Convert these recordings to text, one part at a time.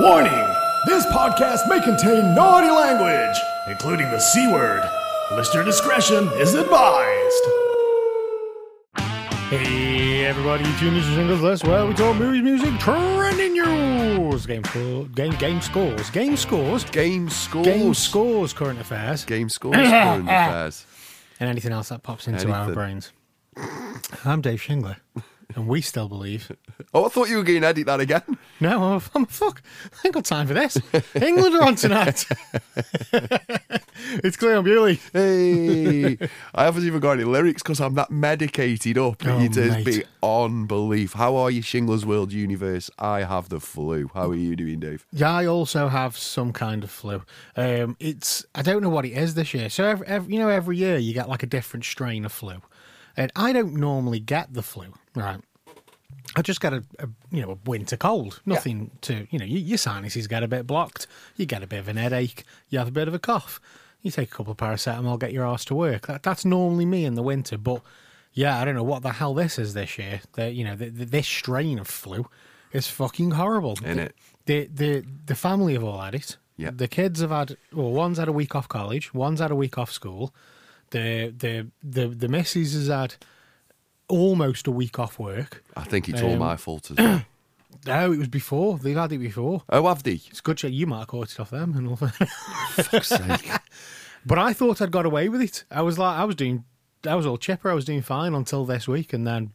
Warning! This podcast may contain naughty language, including the C word. Listener discretion is advised. Hey everybody, you tune into Shingles List, where we talk movies, music, trending news, game score, game game scores, game scores, Game scores. game scores, current affairs, Game scores. current affairs. and anything else that pops into our Anything. brains. I'm Dave Shingler, and we still believe. Oh, I thought you were going to edit that again. No, I'm a, I'm a fuck. I ain't got time for this. England are on tonight. it's Cleon Bewley. Hey, I haven't even got any lyrics because I'm that medicated up. Oh, it is mate. beyond belief. How are you, Shingler's World Universe? I have the flu. How are you doing, Dave? Yeah, I also have some kind of flu. Um, it's I don't know what it is this year. So every, every, you know, every year you get like a different strain of flu, and I don't normally get the flu. Right, I just get a, a you know a winter cold. Nothing to you know y your sinuses get a bit blocked. You get a bit of an headache. You have a bit of a cough. You take a couple of paracetamol, get your ass to work. That, that's normally me in the winter, but yeah, I don't know what the hell this is this year. The, you know, the, the, this strain of flu is fucking horrible. Innit? The the the family have all had it. Yeah. The kids have had well, one's had a week off college, one's had a week off school. The the the the missus has had almost a week off work. I think it's Um, all my fault as well. No, it was before. They've had it before. oh, have they? It's good shit. You might have caught it off them and all that. Fuck's sake. But I thought I'd got away with it. I was like I was doing I was all chipper, I was doing fine until this week and then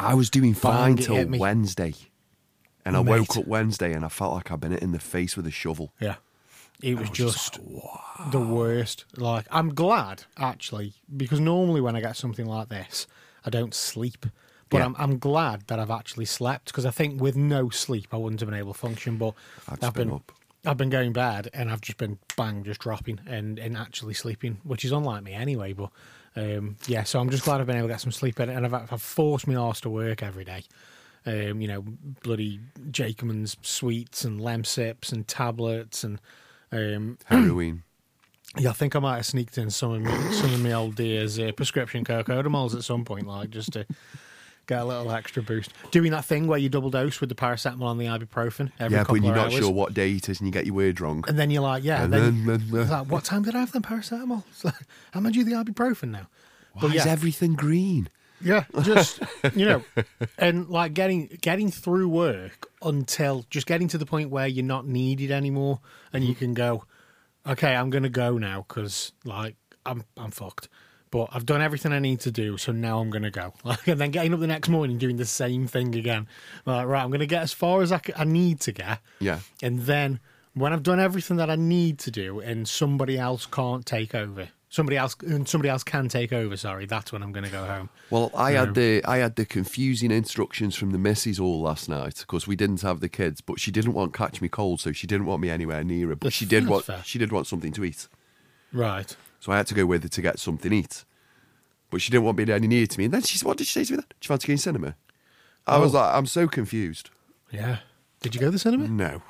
I was doing fine Bang, it till hit me. Wednesday. And I Mate. woke up Wednesday and I felt like I'd been hit in the face with a shovel. Yeah. It was, just the worst. Like, I'm glad, actually, because normally when I get something like this, I don't sleep. But Yeah. I'm, I'm glad that I've actually slept because I think with no sleep, I wouldn't have been able to function. But I've just I've been been, up. I've been going bad and I've just been bang, just dropping and, and actually sleeping, which is unlike me anyway. But um, yeah, so I'm just glad I've been able to get some sleep in and I've, I've forced my arse to work every day. Um, you know, bloody Jacobman's sweets and Lemsips and tablets and um, Heroin. yeah, I think I might have sneaked in some of me, some of my old dear's uh, prescription cocodamols at some point, like just to get a little extra boost. Doing that thing where you double dose with the paracetamol and the ibuprofen every yeah, couple but you're of not hours, sure what day it is and you get your word wrong. and then you're like, yeah, And then, then- then- then- it's like, what time did I have them paracetamol? It's like, am I due the ibuprofen now? Why is everything green? Yeah, just you know, and like getting getting through work until just getting to the point where you're not needed anymore, and you can go, okay, I'm gonna go now because like I'm I'm fucked, but I've done everything I need to do, so now I'm gonna go. Like, and then getting up the next morning doing the same thing again. Like, right, I'm gonna get as far as I, c- I need to get. Yeah. And then when I've done everything that I need to do and somebody else can't take over, somebody else and somebody else can take over, sorry, that's when I'm going to go home. Well, I had the I had the confusing instructions from the missus all last night because we didn't have the kids, but she didn't want catch me cold, so she didn't want me anywhere near her. But That's- she did that's want fair. she did want something to eat, Right. so I had to go with her to get something to eat. But she didn't want me any near to me. And then she said, "What did she say to me? Then she wanted to go in cinema." I was like, "I'm so confused." Yeah. Did you go to the cinema? No,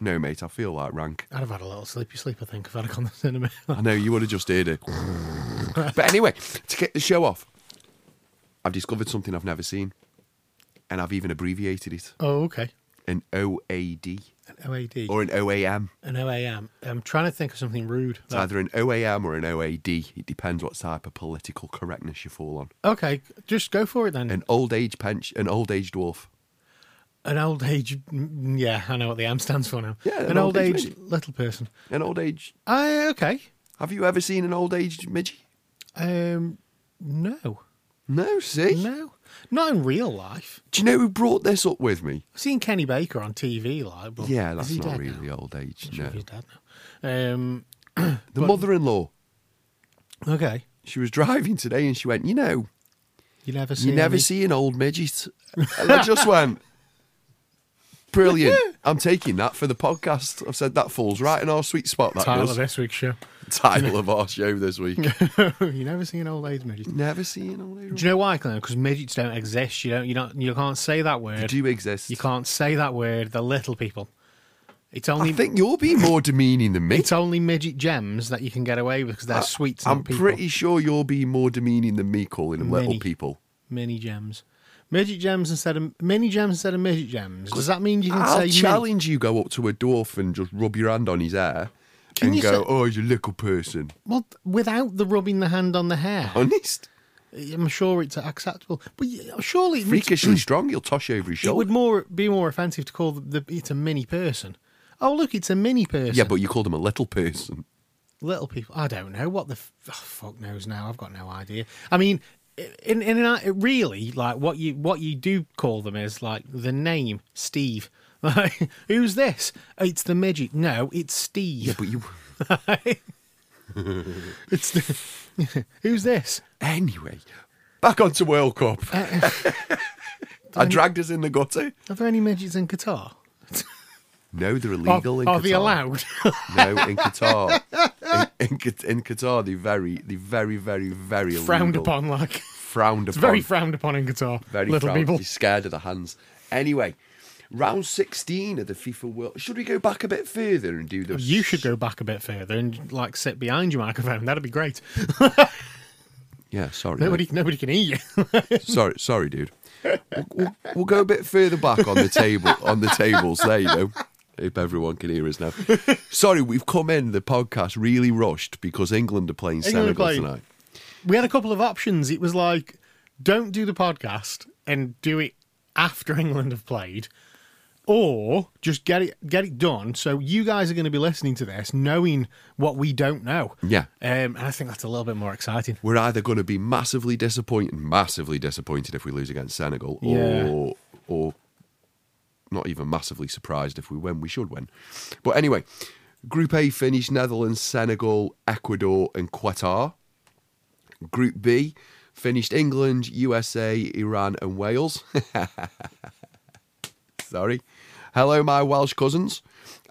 no, mate, I feel like rank. I'd have had a little sleepy sleep, I think, if I'd have gone to the cinema. I know you would have just heard it. but anyway, to kick the show off, I've discovered something I've never seen, and I've even abbreviated it. oh, okay. an OAD An OAD. or an OAM. an OAM. I'm trying to think of something rude. It's either an OAM or an OAD. It depends what type of political correctness you fall on. Okay, just go for it then. An old age pension, an old age dwarf. An old age. mm, Yeah, I know what the AM stands for now. Yeah, an, old, age, little person. An old age. I, okay. Have you ever seen an old age midgie? Um, no. No, see. No. Not in real life. Do you know who brought this up with me? I've seen Kenny Baker on TV, like, but Yeah, is that's he not dead really now? old age. Not sure No, if he's dead now. Um, the mother-in-law. okay. She was driving today and she went, "You know, You never see. you never any- see an old midget." And I just went, "Brilliant! I'm taking that for the podcast." I've said that falls right in our sweet spot. That title does. of this week's show. title of our show this week. you never see an old age midget. Never seen all Do you know why, Claire? Because midgets don't exist. You don't. You don't. You can't say that word. do exist. You can't say that word. They're little people. It's I only. think you're being more demeaning than me. it's only midget gems that you can get away with because they're sweets. I'm not people. pretty sure you're being more demeaning than me calling them little Many. people. mini gems. Magic gems instead of mini gems instead of magic gems. Does that mean you can I'll say mini? challenge you go up to a dwarf and just rub your hand on his hair Can and you go, say- oh, he's a little person. Well, without the rubbing the hand on the hair, Honest. I'm sure it's acceptable. But y- surely it would- Freakishly strong, he'll toss you over his it shoulder. would more be more offensive to call the, the it's a mini person. Oh look, it's a mini person. Yeah, but you called him a little person. little people. I don't know what the f- oh, fuck knows now. I've got no idea. I mean, in in an, really like what you what you do call them is like the name Steve. Like, who's this? It's the midget. No, it's Yeah, Steve. but you. It's the, who's this? Anyway, back onto World Cup. Uh, I dragged us in the gutter. Are there any midgets in Qatar? No, they're Are- illegal in are Qatar. they allowed? No, in Qatar. in, in, Qat- in Qatar, they very, they very, very, very frowned illegal. upon. Like Frowned it's upon. very frowned upon in Qatar. Very little proud. people. He's scared of the hands. Anyway, round 16 of the FIFA World. Should we go back a bit further and do the? You should go back a bit further and like sit behind your microphone. That'd be great. Yeah, sorry. mate. Nobody, nobody can hear you. Sorry, sorry, dude. We'll, we'll, we'll go a bit further back on the table. On the tables, there you go. Hope everyone can hear us now. Sorry, we've come in the podcast really rushed because England are playing England are Senegal playing. tonight. we had a couple of options. It was like, don't do the podcast and do it after England have played, or just get it get it done. So you guys are going to be listening to this, knowing what we don't know. Yeah. um, and I think that's a little bit more exciting. We're either going to be massively disappointed, massively disappointed if we lose against Senegal, Yeah. or or not even massively surprised if we win. We should win. But anyway, Group A finished Netherlands, Senegal, Ecuador, and Qatar. Group B finished England, USA, Iran, and Wales. Sorry. Hello, my Welsh cousins.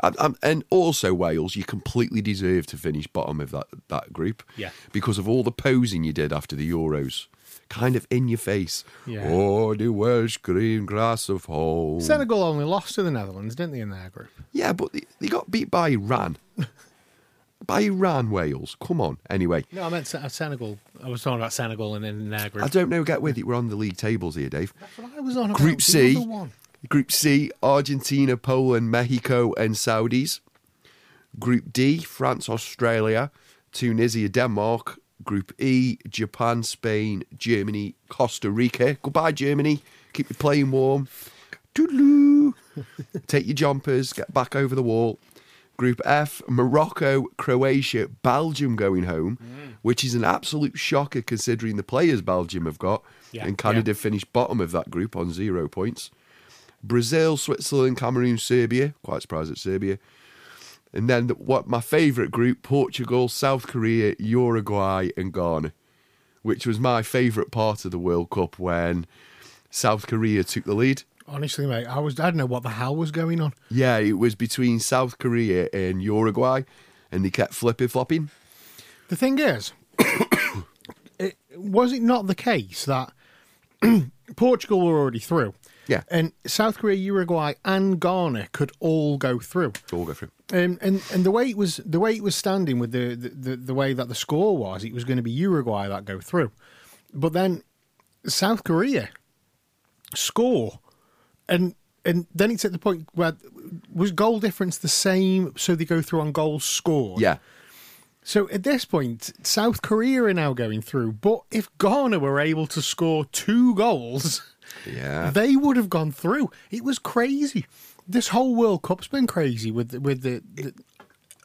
i and also, Wales, you completely deserve to finish bottom of that, that group. Yeah. Because of all the posing you did after the Euros. Kind of in your face. Yeah. Oh, the Welsh green grass of home. Senegal only lost to the Netherlands, didn't they, in their group? Yeah, but they, they got beat by Iran. by Iran, Wales. Come on. Anyway, No, I meant Sen- Senegal. I was talking about Senegal and then their group. I don't know. Get with it. We're on the league tables here, Dave. That's what I was on about, Group the C. other one. Group C, Argentina, Poland, Mexico, and Saudis. Group D, France, Australia, Tunisia, Denmark. Group E, Japan, Spain, Germany, Costa Rica. Goodbye, Germany. Keep your plane warm. Toodaloo. Take your jumpers, get back over the wall. Group F, Morocco, Croatia, Belgium going home, Mm. which is an absolute shocker considering the players Belgium have got. Yeah, and Canada finished bottom of that group on zero points. Brazil, Switzerland, Cameroon, Serbia. Quite surprised at Serbia. And then the, what my favourite group: Portugal, South Korea, Uruguay, and Ghana, which was my favourite part of the World Cup when South Korea took the lead. Honestly, mate, I was I don't know what the hell was going on. Yeah, it was between South Korea and Uruguay, and they kept flipping flopping. The thing is, it, was it not the case that Portugal were already through? Yeah. And South Korea, Uruguay, and Ghana could all go through. All go through. Um, and and the way it was the way it was standing with the the, the, the way that the score was, it was going to be Uruguay that go through, but then South Korea score, and and then it's at the point where was goal difference the same, so they go through on goals scored. Yeah, So at this point, South Korea are now going through, but if Ghana were able to score two goals, yeah. they would have gone through. It was crazy. This whole World Cup's been crazy with the, with the, the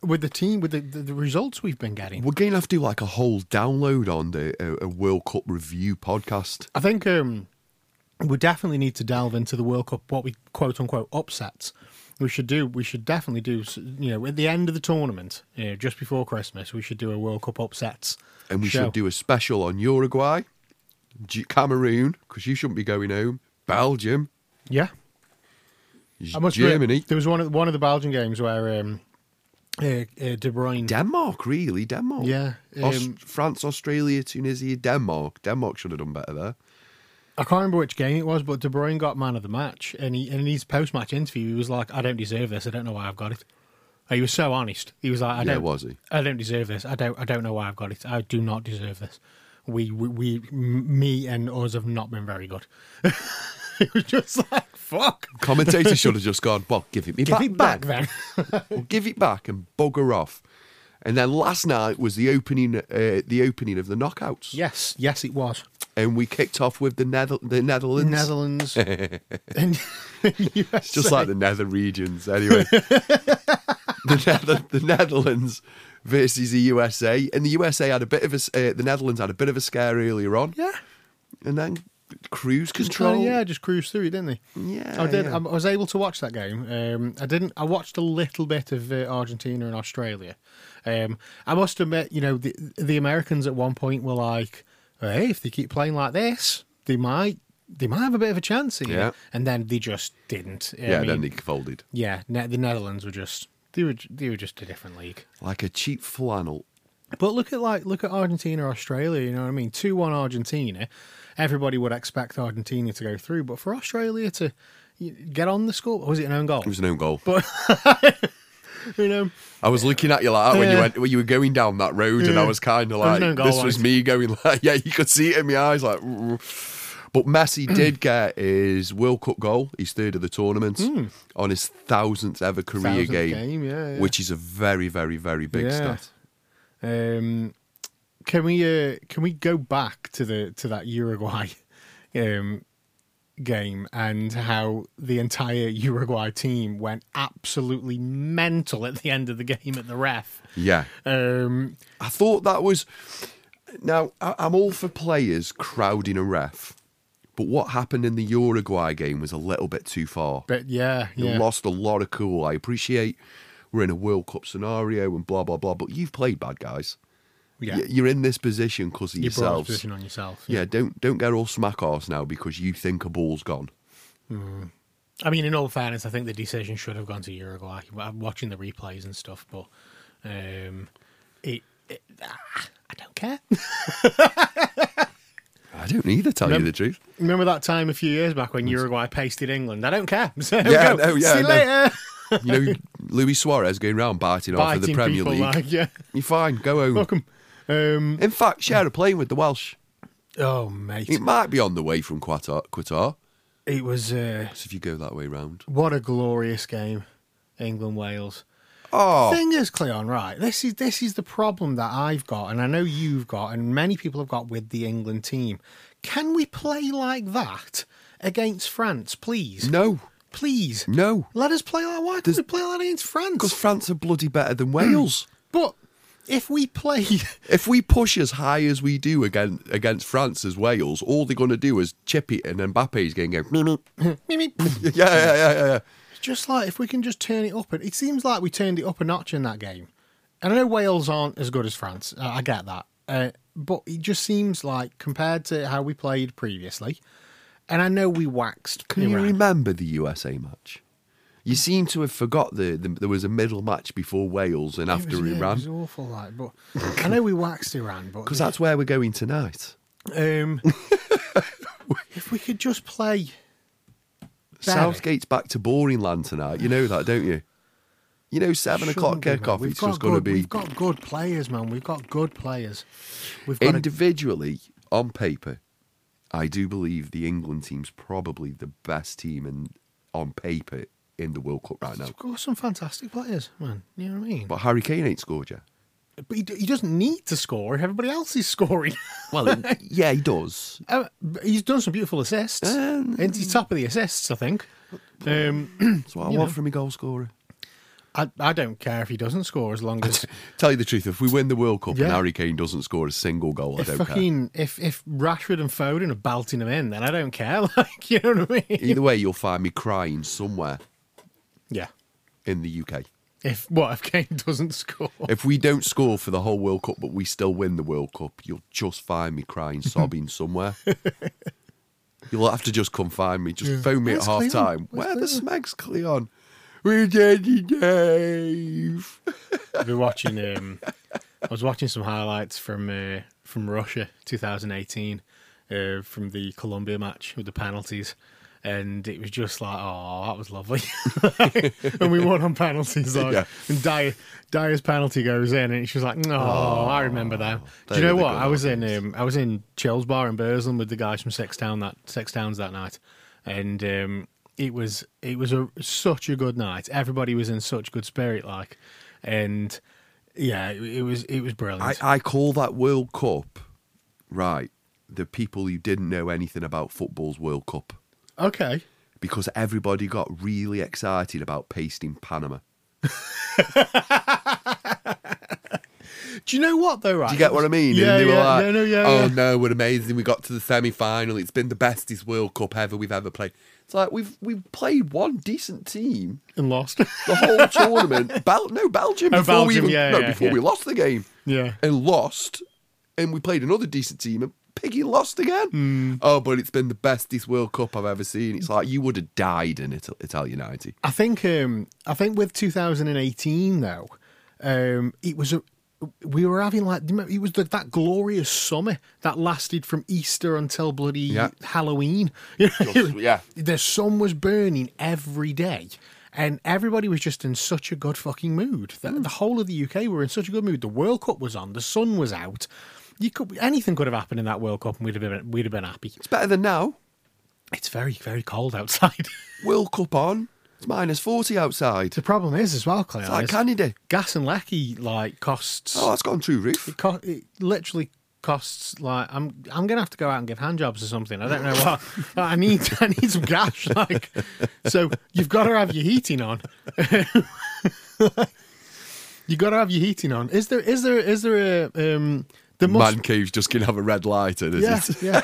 with the team with the, the, the results we've been getting. We're going to have to do like a whole download on the uh, a, a World Cup review podcast. I think um, we definitely need to delve into the World Cup. What we quote unquote upsets. We should do. We should definitely do. s- You know, at the end of the tournament, you know, just before Christmas, we should do a World Cup upsets. and we show. should do a special on Uruguay, G- Cameroon, because you shouldn't be going home. Belgium, Yeah, I must admit, Germany, there was one of, one of the Belgian games where um, uh, uh, De Bruyne. Denmark. Really, Denmark. Yeah, Aus- um, France, Australia, Tunisia, Denmark. Denmark should have done better there. I can't remember which game it was, but De Bruyne got man of the match, and he and in his post match interview, he was like, "I don't deserve this. I don't know why I've got it." He was so honest. He was like, "I Yeah, don't was he? I don't deserve this. I don't I don't know why I've got it. I do not deserve this." we, we, we m- me and us have not been very good. it was just like, fuck. Commentator should have just gone, well, give it me Give back. it back then." then. We'll give it back and bugger off. And then last night was the opening, uh, the opening of the knockouts, yes, yes, it was. and we kicked off with the Nether- the Netherlands, Netherlands. and It's just like the Nether regions, anyway. the, Nether- the Netherlands versus the USA, and the USA had a bit of a, s- uh, the Netherlands had a bit of a scare earlier on, yeah. and then cruise Oh control. yeah, just cruised through it, didn't they? Yeah, I did. yeah. I, I was able to watch that game. Um, I didn't. I watched a little bit of uh, Argentina and Australia. Um, I must admit, you know, the the Americans at one point were like, "Hey, if they keep playing like this, they might they might have a bit of a chance here." Yeah. And then they just didn't. I yeah. mean, Then they folded yeah. Ne- the Netherlands were just they were j- they were just a different league. like a cheap flannel. But look at like look at Argentina, Australia. You know what I mean? Two one Argentina. Everybody would expect Argentina to go through, but for Australia to y- get on the score, or was it an own goal? It was an own goal. you know, I was looking at you like that when you Yeah. went when you were going down that road, and I Yeah. was kind of was like, gonna go this like- was me going like, yeah, you could see it in my eyes, like. "Ooh." But Messi did get his World Cup goal, his third of the tournament, on his thousandth ever career Hmm. Thousandth game, game, yeah, yeah. which is a very, very, very big Yeah. stat. um, can we uh, can we go back to the to that Uruguay um, game and how the entire Uruguay team went absolutely mental at the end of the game at the ref? Yeah, Um, I thought that was. Now I- I'm all for players crowding a ref, but what happened in the Uruguay game was a little bit too far. but yeah, You yeah, lost a lot of cool. I appreciate we're in a World Cup scenario and blah blah blah, but you've played bad guys. yeah. Y- You're in this position because of you brought this yourselves. position on yourself. yeah. don't don't get all smack arse now because you think a ball's gone. I mean, in all fairness, I think the decision should have gone to Uruguay. I'm watching the replays and stuff, but um, it, it ah, I don't care. I don't either. Tell Mem- you the truth. Remember that time a few years back when Uruguay pasted England? I don't care. So there we Yeah, I go. know, See yeah, I you know. later. You know, Luis Suarez going round biting, off of the Biting Premier people League. like yeah. You're fine. Go home. Welcome. Um, In fact, share a plane with the Welsh. oh mate, It might be on the way from Qatar. Qatar. it was uh, So if you go that way round. what a glorious game, England Wales. Oh, thing is, Cleon, right? This is this is the problem that I've got, and I know you've got, and many people have got with the England team. Can we play like that against France, please? no, Please, no. let us play like why can't we play like that against Because France? France are bloody better than Wales. But if we play, If we push as high as we do again against France as Wales, all they're going to do is chip it, and Mbappe's going to go. "Meep, meep." I mean, Yeah, yeah, yeah, yeah, yeah. just like if we can just turn it up, and it seems like we turned it up a notch in that game. And I know Wales aren't as good as France. I I get that, uh, but it just seems like compared to how we played previously. And I know we waxed. Can you Iran. remember the USA match? You seem to have forgot the, the there was a middle match before Wales and It after was- yeah, It was Iran, awful, like, but I know we waxed Iran, but because that's where we're going tonight. um, if we could just play, Barry. Southgate's back to boring land tonight. You know that, don't you? You know, seven shouldn't o'clock we, man? kickoff. We've It's got just going to good- be We've got good players, man. We've got good players. We've got. a, individually on paper. I do believe the England team's probably the best team in, on paper in the World Cup right now. We've got some fantastic players, man. You know what I mean? But, But Harry Kane ain't scored yet. he, d- he doesn't need to score if everybody else is scoring. Well, yeah, he does. Uh, but he's done some beautiful assists. Um, and he's top of the assists, I think. Um, That's what I want from a goal scorer. I, I don't care if he doesn't score as long as Tell you the truth, if we win the World Cup Yeah. and Harry Kane doesn't score a single goal, I if don't care. fucking if if Rashford and Foden are belting him in, then I don't care. Like you know what I mean? Either way, you'll find me crying somewhere Yeah. in the UK. If what if Kane doesn't score? If we don't score for the whole World Cup, but we still win the World Cup, you'll just find me crying, sobbing somewhere. You'll have to just come find me. Just phone me at half Where's time. Cleon? Where Where's the smeg's Cleon? We're Daddy Dave. I've been watching. Um, I was watching some highlights from uh, from Russia 2018 uh, from the Colombia match with the penalties, and it was just like, oh, that was lovely. and we won on penalties, like, Yeah. and Dyer, Dyer's penalty goes in, and she was like, no, I remember that. Do Oh, they you know were the what? good I was in, um, I was in Chill's Bar in Burslem with the guys from Sextown that Sextowns that night, and um, it was it was a such a good night. Everybody was in such good spirit, like, and yeah, it, it was it was brilliant. I, I call that World Cup, right? The people who didn't know anything about football's World Cup okay, because everybody got really excited about pasting Panama. do you know what though? Right, Do you get what I mean? Yeah, and they yeah, were like, no, no, yeah, oh yeah. no, we're amazing. We got to the semi final. It's been the bestest World Cup ever we've ever played. It's like we've we've played one decent team and lost. the whole tournament. Bel- no, Belgium Oh, before we Belgium, even, yeah, no, yeah, before yeah. we lost the game. Yeah. And lost. And we played another decent team and Piggy lost again. Hmm. Oh, but it's been the bestest World Cup I've ever seen. It's like you would have died in Ital- Italian 90. I think um, I think with 2018 though, um, it was a we were having like it was the, that glorious summer that lasted from Easter until bloody Yeah. Halloween. You know, Just- yeah. the sun was burning every day. And everybody was just in such a good fucking mood. The, the whole of the UK were in such a good mood. The World Cup was on. The sun was out. You could anything could have happened in that World Cup, and we'd have been we'd have been happy. It's better than now. It's very very cold outside. World Cup on. It's minus 40 outside. the problem is as well, Claire. It's like is- Canada. gas and lecky like costs Oh, that's gone through roof. it, co- it literally costs like I'm I'm gonna have to go out and give hand jobs or something. I don't know what Like, I need I need some gas like so you've got to have your heating on. you got to have your heating on. Is there is there is there a um there must Man cave's just going to have a red light in it. yeah,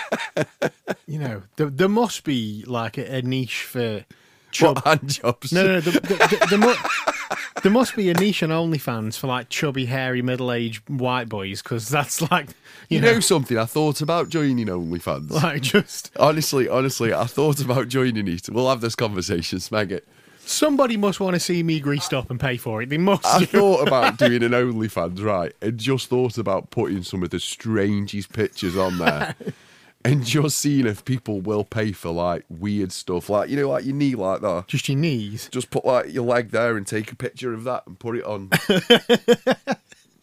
yeah. you know there, there must be like a, a niche for chub What hand jobs? no, no, no. The, the, the, the mu- there must be a niche on OnlyFans for like chubby, hairy, middle-aged white boys because that's like you, You know, know something? I thought about joining OnlyFans. like just Honestly, honestly, I thought about joining it. We'll have this conversation, smeg it. somebody must want to see me greased up and pay for it. They must. I thought about doing an OnlyFans, right? And just thought about putting some of the strangest pictures on there. and just seeing if people will pay for like weird stuff. Like, you know, like your knee like that. just your knees. Just put like your leg there and take a picture of that and put it on.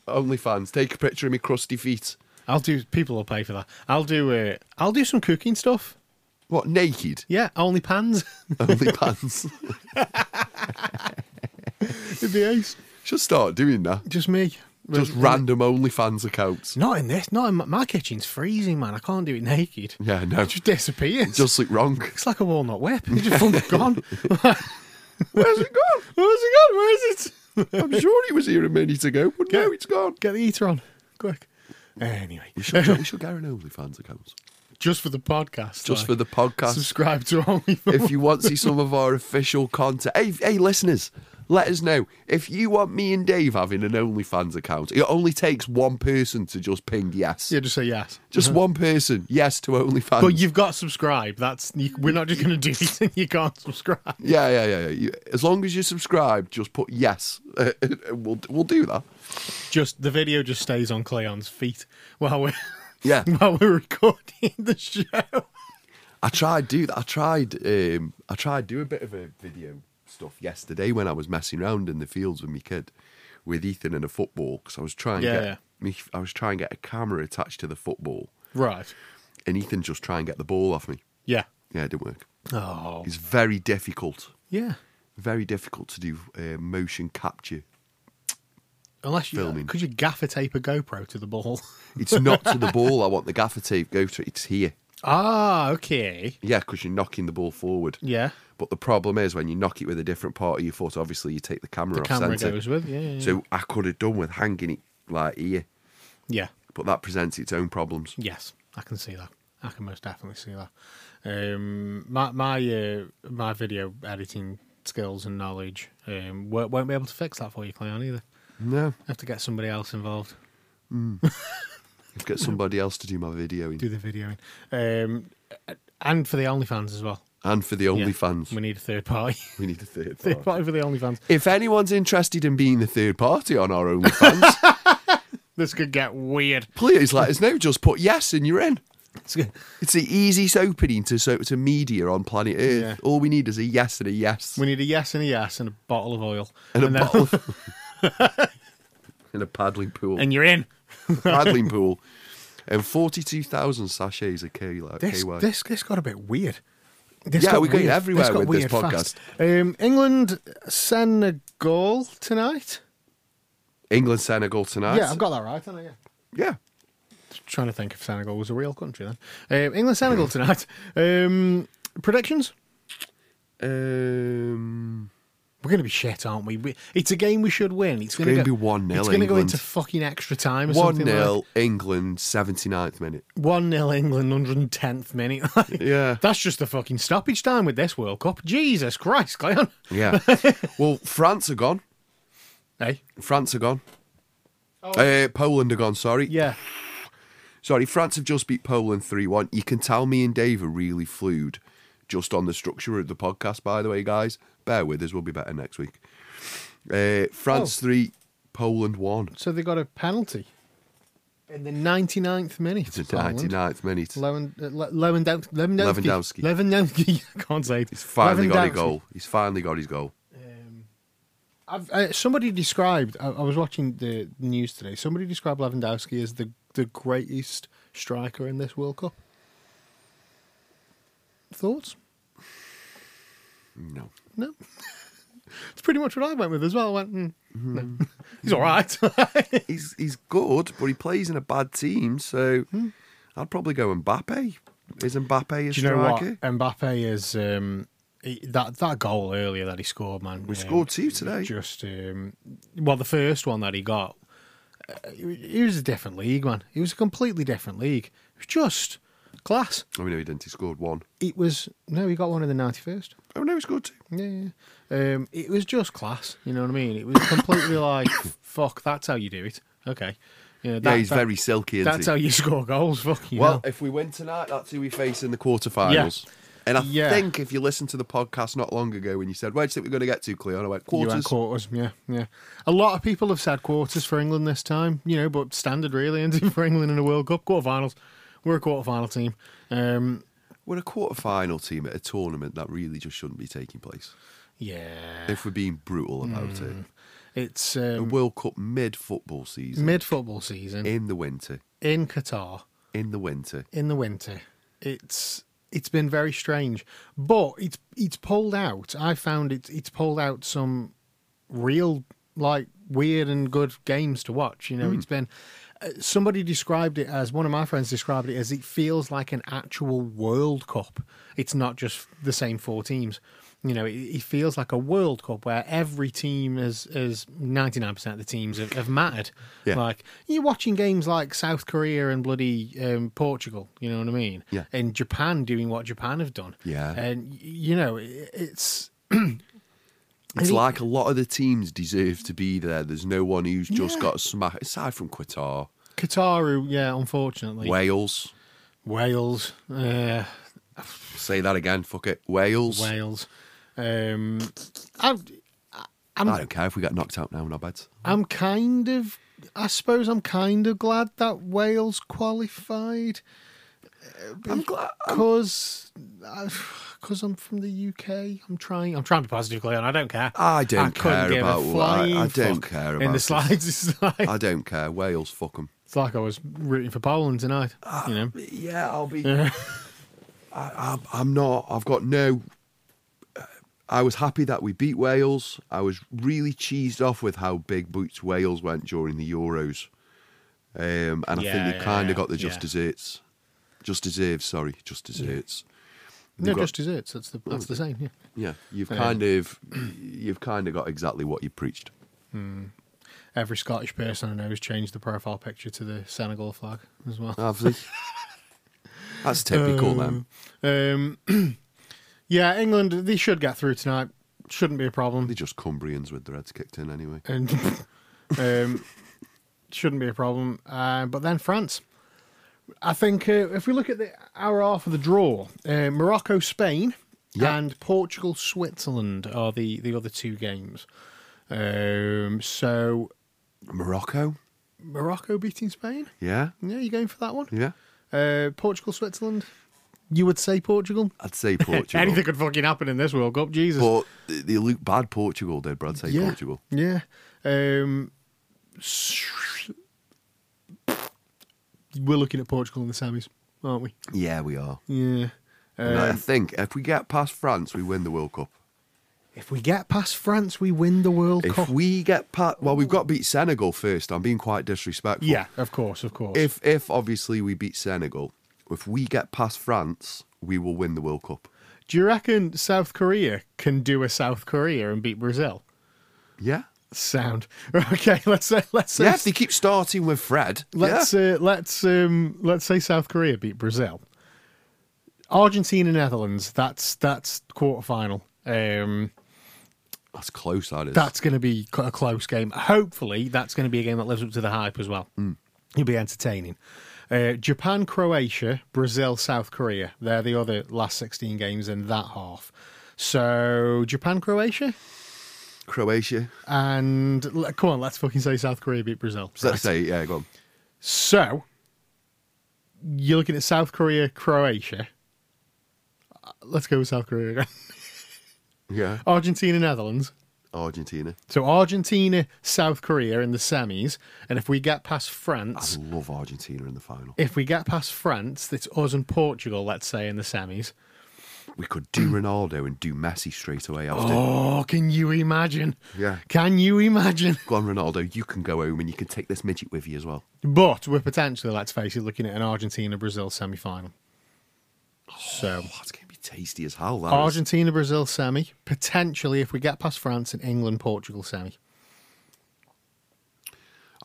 OnlyFans, take a picture of me crusty feet. I'll do. People will pay for that. I'll do. Uh, I'll do some cooking stuff. What, naked? Yeah, only pans. OnlyFans. It'd be ace. Just start doing that. Just me. Just random OnlyFans accounts. Not in this. Not in my, my kitchen's freezing, man. I can't do it naked. Yeah, no. It just disappears. Just look wrong. It's like a walnut whip. It's just gone. Where's it gone? Where's it gone? Where is it? I'm sure he was here a minute ago, but Get- now it's gone. Get the eater on, quick. Anyway, We should, we should get an OnlyFans account. just for the podcast. Just like, for the podcast. Subscribe to OnlyFans. If you want to see some of our official content, hey, hey, listeners, let us know. If you want me and Dave having an OnlyFans account, it only takes one person to just ping yes. yeah, just say yes. Just one person, yes to OnlyFans. Uh-huh. But you've got to subscribe. That's you, we're not just going to do it. and You can't subscribe. yeah, yeah, yeah, yeah. You- as long as you subscribe, just put yes. we'll we'll do that. Just the video just stays on Cleon's feet while we're Yeah. while we're recording the show. I tried do that. I tried. Um, I tried do a bit of a video stuff yesterday when I was messing around in the fields with my kid, with Ethan and a football. Because I was trying Yeah, get yeah. me. I was trying to get a camera attached to the football, Right. and Ethan just try and get the ball off me. Yeah. Yeah, it didn't work. Oh. It's very difficult. Yeah. Very difficult to do uh, motion capture. Unless you Filming. could you gaffer tape a GoPro to the ball. It's not to the ball. I want the gaffer tape go to. It's here. ah, okay. Yeah, because you're knocking the ball forward. Yeah. But the problem is when you knock it with a different part of your foot, obviously you take the camera The off camera centre. goes with. Yeah. Yeah. yeah. So I could have done with hanging it like here, yeah. but that presents its own problems. Yes, I can see that. I can most definitely see that. Um, my my uh, my video editing skills and knowledge um, won't, won't be able to fix that for you, Cleon, either. No, I have to get somebody else involved I've got somebody else to do my videoing, do the videoing, um, and for the OnlyFans as well. and for the Yeah, OnlyFans, we need a third party. we need a third third party. party for the OnlyFans. If anyone's interested in being the third party on our OnlyFans, This could get weird. please let us know. Just put yes and you're in. It's good. It's the easiest opening to so to media on planet Earth. Yeah. All we need is a yes and a yes We need a yes and a yes and a bottle of oil. and a then- bottle of- and a paddling pool, And you're in. paddling pool, and forty-two thousand sachets of kilo. This, KY. this, this got a bit weird. This Yeah, got we're going weird. everywhere got with this weird fast. Um, England, Senegal tonight. England Senegal tonight. Yeah, I've got that right, haven't I? Yeah. yeah. Trying to think if Senegal was a real country then. Um, England, Senegal tonight. Um, predictions? Um, We're going to be shit, aren't we? we? It's a game we should win. It's going gonna to be 1-0 It's going to go England. into fucking extra time or one something. like- nil England, 79th minute. One 0 England, hundred and tenth minute. Like, Yeah. that's just the fucking stoppage time with this World Cup. Jesus Christ, Cleon. Yeah. well, France are gone. Hey, France are gone. Oh. Uh, Poland are gone. Sorry. yeah, Sorry, France have just beat Poland 3 1. You can tell me and Dave are really flued just on the structure of the podcast, by the way, guys. Bear with us, we'll be better next week. Uh, Oh. France 3, Poland 1. so they got a penalty in the 99th minute. It's the Poland. 99th minute. Lewen- uh, Le- Lewandowski. Lewandowski. Lewandowski. Lewandowski. I can't say it. Um, He's finally got his goal. He's finally got his goal. I've, uh, somebody described. I, I was watching the news today. Somebody described Lewandowski as the the greatest striker in this World Cup. Thoughts? No. No. It's pretty much what I went with as well. I went, mm, Mm-hmm. no. he's all right. He's, he's good, but he plays in a bad team, so I'd probably go Mbappe. Is Mbappe a Hmm. Do you know what? striker? Mbappe is um, he, that that goal earlier that he scored, man. um, We scored two was today. Just um, well, the first one that he got, uh, it was a different league, man. It was a completely different league. It was just class. Oh, no, he didn't. He scored one. It was no, he got one in the ninety first. Oh, no, he scored two. Yeah, yeah. Um, it was just class. You know what I mean? It was completely like, fuck, that's how you do it. Okay. You know, that, yeah, he's that- very silky, isn't he? That's how you score goals. Fucking Well, hell. if we win tonight, that's who we face in the quarterfinals. And I Yeah. think if you listened to the podcast not long ago when you said, where do you think we're going to get to, Cleon? I went, You quarters. went quarters, yeah, yeah. A lot of people have said quarters for England this time, you know, but standard really ending for England in a World Cup quarterfinals. We're a quarterfinal team. Um, we're a quarterfinal team at a tournament that really just shouldn't be taking place. yeah, If we're being brutal about it. Mm. it's The um, World Cup mid football season. mid football season In the winter. in Qatar In the winter. in the winter. It's it's been very strange, but it's it's pulled out. I found it it's pulled out some real like weird and good games to watch. You know, it's been uh, somebody described it as one of my friends described it as it feels like an actual World Cup. It's not just the same four teams. You know, it, it feels like a World Cup where every team is is ninety nine percent of the teams have, have mattered. Yeah. Like you're watching games like South Korea and bloody um, Portugal. You know what I mean? Yeah. And Japan doing what Japan have done. Yeah. And y- you know, it, it's It's think- like a lot of the teams deserve to be there. There's no one who's just got smacked, aside from Qatar, Qataru, yeah, unfortunately. Wales. Wales, uh, Say that again, fuck it. Wales. Wales. Um, I, I'm, I don't care if we get knocked out now, not bad. I'm kind of, I suppose, I'm kind of glad that Wales qualified uh, I'm glad. because, because I'm from the UK. I'm trying, I'm trying to be positive, Leon. I don't care. I don't couldn't care give a about what- I- flying I don't fuck. care in about the this. slides. It's like, I don't care. Wales, fuck 'em. it's like I was rooting for Poland tonight. Ah, you know, Yeah, I'll be. I, I'm, I'm not. I've got no. uh, I was happy that we beat Wales. I was really cheesed off with how big boots Wales went during the Euros, um, and I Yeah, think they yeah, have kind yeah, of got the just yeah. desserts, just deserves. Sorry, just desserts. no, got- just desserts. That's the that's the same. Yeah. Yeah, you've kind of, you've kind of got exactly what you preached. Every Scottish person I know has changed the profile picture to the Senegal flag as well. Obviously, that's typical. Um, then Um, yeah, England, they should get through tonight. Shouldn't be a problem. they're just Cumbrians with their heads kicked in anyway. And um, shouldn't be a problem. Uh, but then France. I think uh, if we look at the hour half of the draw, uh, Morocco, Spain, Yeah. and Portugal, Switzerland are the, the other two games. Um, so Morocco. Morocco beating Spain? Yeah. Yeah, you going for that one? Yeah. Uh, Portugal, Switzerland. You would say Portugal. I'd say Portugal. Anything could fucking happen in this World Cup. Jesus. But they- they look bad, Portugal did, but I'd say yeah. Portugal. Yeah. Um, we're looking at Portugal in the semis, aren't we? Yeah, we are. Yeah. And I Um, think if we get past France, we win the World Cup. if we get past France, we win the World If Cup. we get past, well, we've got to beat Senegal first. I'm being quite disrespectful. yeah, of course, of course. If if obviously we beat Senegal, if we get past France, we will win the World Cup. Do you reckon South Korea can do a South Korea and beat Brazil? Yeah. Sound okay. Let's say let's say yeah, if they keep starting with Fred. let's yeah. uh, let's um, let's say South Korea beat Brazil. Argentina, Netherlands. That's that's quarterfinal. Um, That's close, that is. that's going to be c- a close game. Hopefully, that's going to be a game that lives up to the hype as well. It'll be entertaining. Uh, Japan, Croatia, Brazil, South Korea. They're the other last 16 games in that half. So, Japan, Croatia, Croatia. and l- come on, let's fucking say South Korea beat Brazil. So let's say, yeah, go on. So, you're looking at South Korea, Croatia. Uh, Let's go with South Korea again. Yeah. Argentina, Netherlands. Argentina. So Argentina, South Korea in the semis, and if we get past I France, love Argentina in the final. if we get past France, it's us and Portugal, let's say, in the semis. We could do Ronaldo and do Messi straight away after. Mm. Oh, can you imagine? Yeah. Can you imagine? Go on, Ronaldo. You can go home and you can take this midget with you as well. But we're potentially, let's face it, looking at an Argentina Brazil semi final. So Oh, it's going to be tasty as hell, that is. Argentina Brazil semi, potentially if we get past France and England Portugal semi.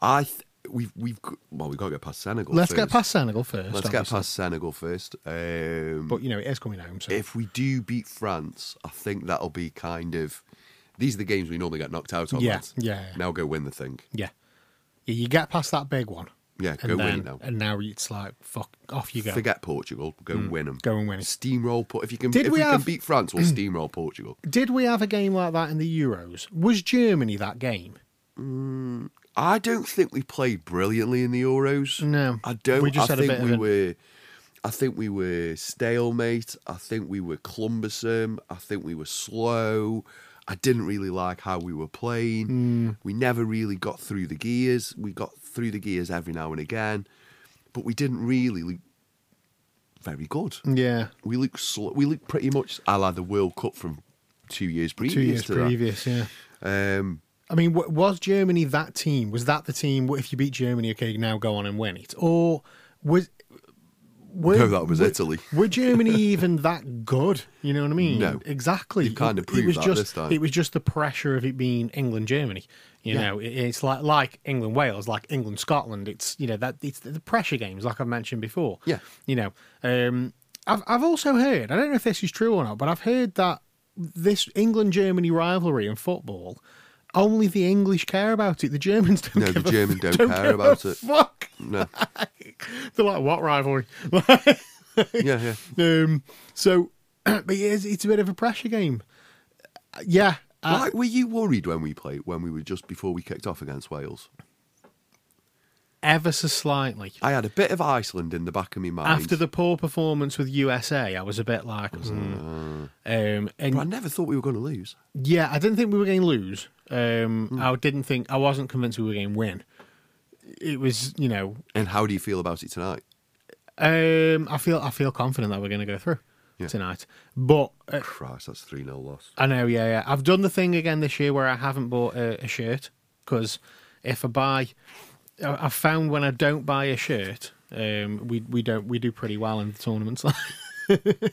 I th- we've we've g- well we've got to get past Senegal. Let's first. get past Senegal 1st Let's get past Senegal first. Um, But you know it is coming home. So if we do beat France, I think that'll be kind of these are the games we normally get knocked out on. Yeah, lads. yeah, yeah. Now go win the thing. Yeah. Yeah, you get past that big one. Yeah, and go win then, it now. And now it's like, fuck, off you go. Forget Portugal. Go win 'em. win them. Mm. Go and win it. Steamroll. Por- if you can, Did if we we, have- can beat France, we'll steamroll Portugal. Did we have a game like that in the Euros? Was Germany that game? I don't think we played brilliantly in the Euros. No. I don't. We just I had a bit think of we an- were. I think we were stalemate. I think we were clumbersome. I think we were slow. I didn't really like how we were playing. Hmm. We never really got through the gears. We got through the gears every now and again, but we didn't really look very good. Yeah. We looked sl- we looked pretty much a la the World Cup from two years previous. Two years to that. previous, yeah. Um, I mean, w- was Germany that team? Was that the team? w- If you beat Germany, okay, now go on and win it. Or was. Were, No, that was were- Italy. Were Germany even that good? You know what I mean? No. exactly. You've kind of it proved was that just this time. it was just the pressure of it being England Germany. You Yeah. know, it, it's like like England Wales, like England Scotland. It's you know that it's the pressure games, like I've mentioned before. Yeah. you know, um, I've I've also heard. I don't know if this is true or not, but I've heard that this England Germany rivalry in football. Only the English care about it. The Germans don't. No, the give a- Germans don't give care a about it. Fuck. no. They're like what rivalry? Yeah, yeah. Um, so, but it is, it's a bit of a pressure game. Uh, Yeah, uh, Like, were you worried when we played when we were just before we kicked off against Wales? ever so slightly. I had a bit of Iceland in the back of my mind. After the poor performance with USA, I was a bit like, hmm. um, and but I never thought we were going to lose. yeah, I didn't think we were going to lose. Um, I didn't think I wasn't convinced we were going to win. It was, you know, And how do you feel about it tonight? um, I feel I feel confident that we're going to go through Yeah. tonight. But uh, Christ, that's three 0 loss. I know, yeah, yeah. I've done the thing again this year where I haven't bought a, a shirt because if I buy, I- I've found when I don't buy a shirt, um, we we don't we do pretty well in the tournaments.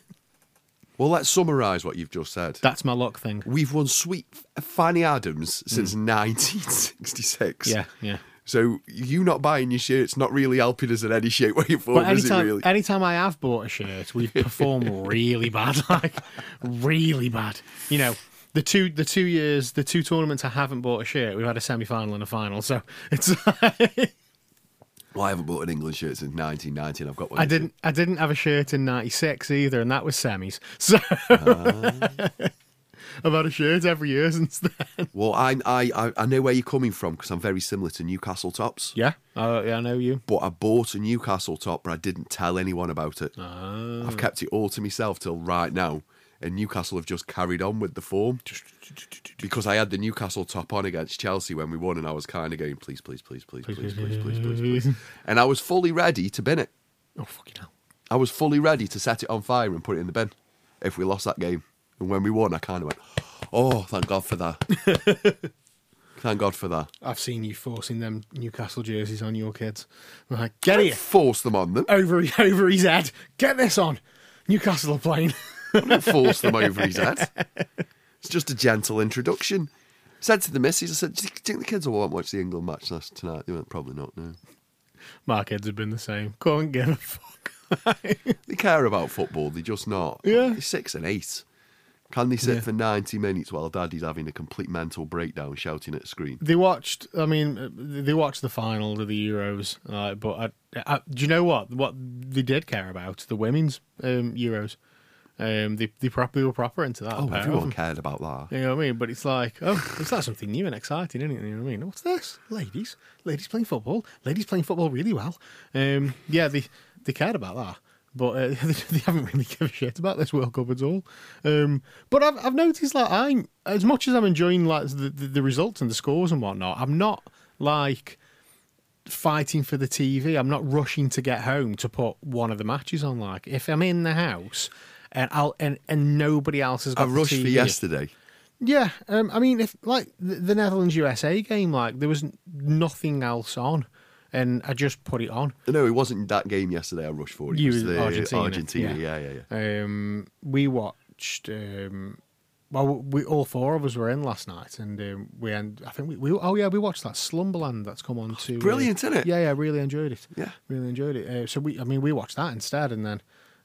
Well, let's summarise what you've just said. That's my luck thing. We've won sweet Fanny Adams since 1966. Hmm. Yeah, yeah. So you not buying your shirts not really helping us in any shape way or form, But is it anytime, really? anytime I have bought a shirt, we perform really bad, like really bad. You know, the two the two years, the two tournaments I haven't bought a shirt, we've had a semi final and a final. So it's Well, I haven't bought an England shirt since 1990. and I've got one. I this year. didn't I Ah. didn't have a shirt in '96 either, and that was semis. So I've had a shirt every year since then. Well, I I I- I know where you're coming from because I'm very similar to Newcastle tops. Yeah, uh, yeah, I know you. But I bought a Newcastle top, but I didn't tell anyone about it. I've kept it all to myself till right now, and Newcastle have just carried on with the form. Because I had the Newcastle top on against Chelsea when we won, and I was kind of going, please, please, please, please, please, please, please, please, please, please. and I was fully ready to bin it. Oh fucking hell! I was fully ready to set it on fire and put it in the bin if we lost that game. And when we won, I kind of went, oh, thank God for that. thank God for that. I've seen you forcing them Newcastle jerseys on your kids. I'm like, get here Force them on them. over over his head. Get this on. Newcastle are playing. force them over his head. It's just a gentle introduction. Said to the missus, I said, Do you think the kids will want to watch the England match last- tonight? They went, Probably not, no. My kids have been the same. Couldn't give a fuck. They care about football, they're just not. Yeah. They're six and eight. Can they sit for 90 minutes while daddy's having a complete mental breakdown shouting at a screen? they watched. I mean, uh, they watched the final of the Euros. Uh, but I, I, do you know what? What they did care about the women's um, Euros. Um, they they properly were proper into that. Oh, pair of everyone them. cared about that. You know what I mean? But it's like, oh, it's like something new and exciting, isn't it? You know what I mean? What's this? Ladies, ladies playing football, ladies playing football really well. Um, yeah, they they cared about that, but uh, they, haven't really given a shit about this World Cup at all. Um, but I've I've noticed like I'm as much as I'm enjoying like the, the, the results and the scores and whatnot, I'm not like fighting for the TV. I'm not rushing to get home to put one of the matches on. Like if I'm in the house. And I'll and, and nobody else has I got the rushed for TV. yesterday. Yeah, um, I mean, if like the, the Netherlands USA game, like there was n- nothing else on, and I just put it on. No, it wasn't that game yesterday I rushed for. It You was were the Argentina, Argentina. yeah. yeah, yeah, yeah. Um, we watched. Um, well, we all four of us were in last night, and um, we end. I think we, we. Oh yeah, we watched that Slumberland that's come on to. uh, Oh, Brilliant, isn't it? Yeah, yeah, really enjoyed it. Yeah. really enjoyed it. Uh, so we, I mean, we watched that instead, and then,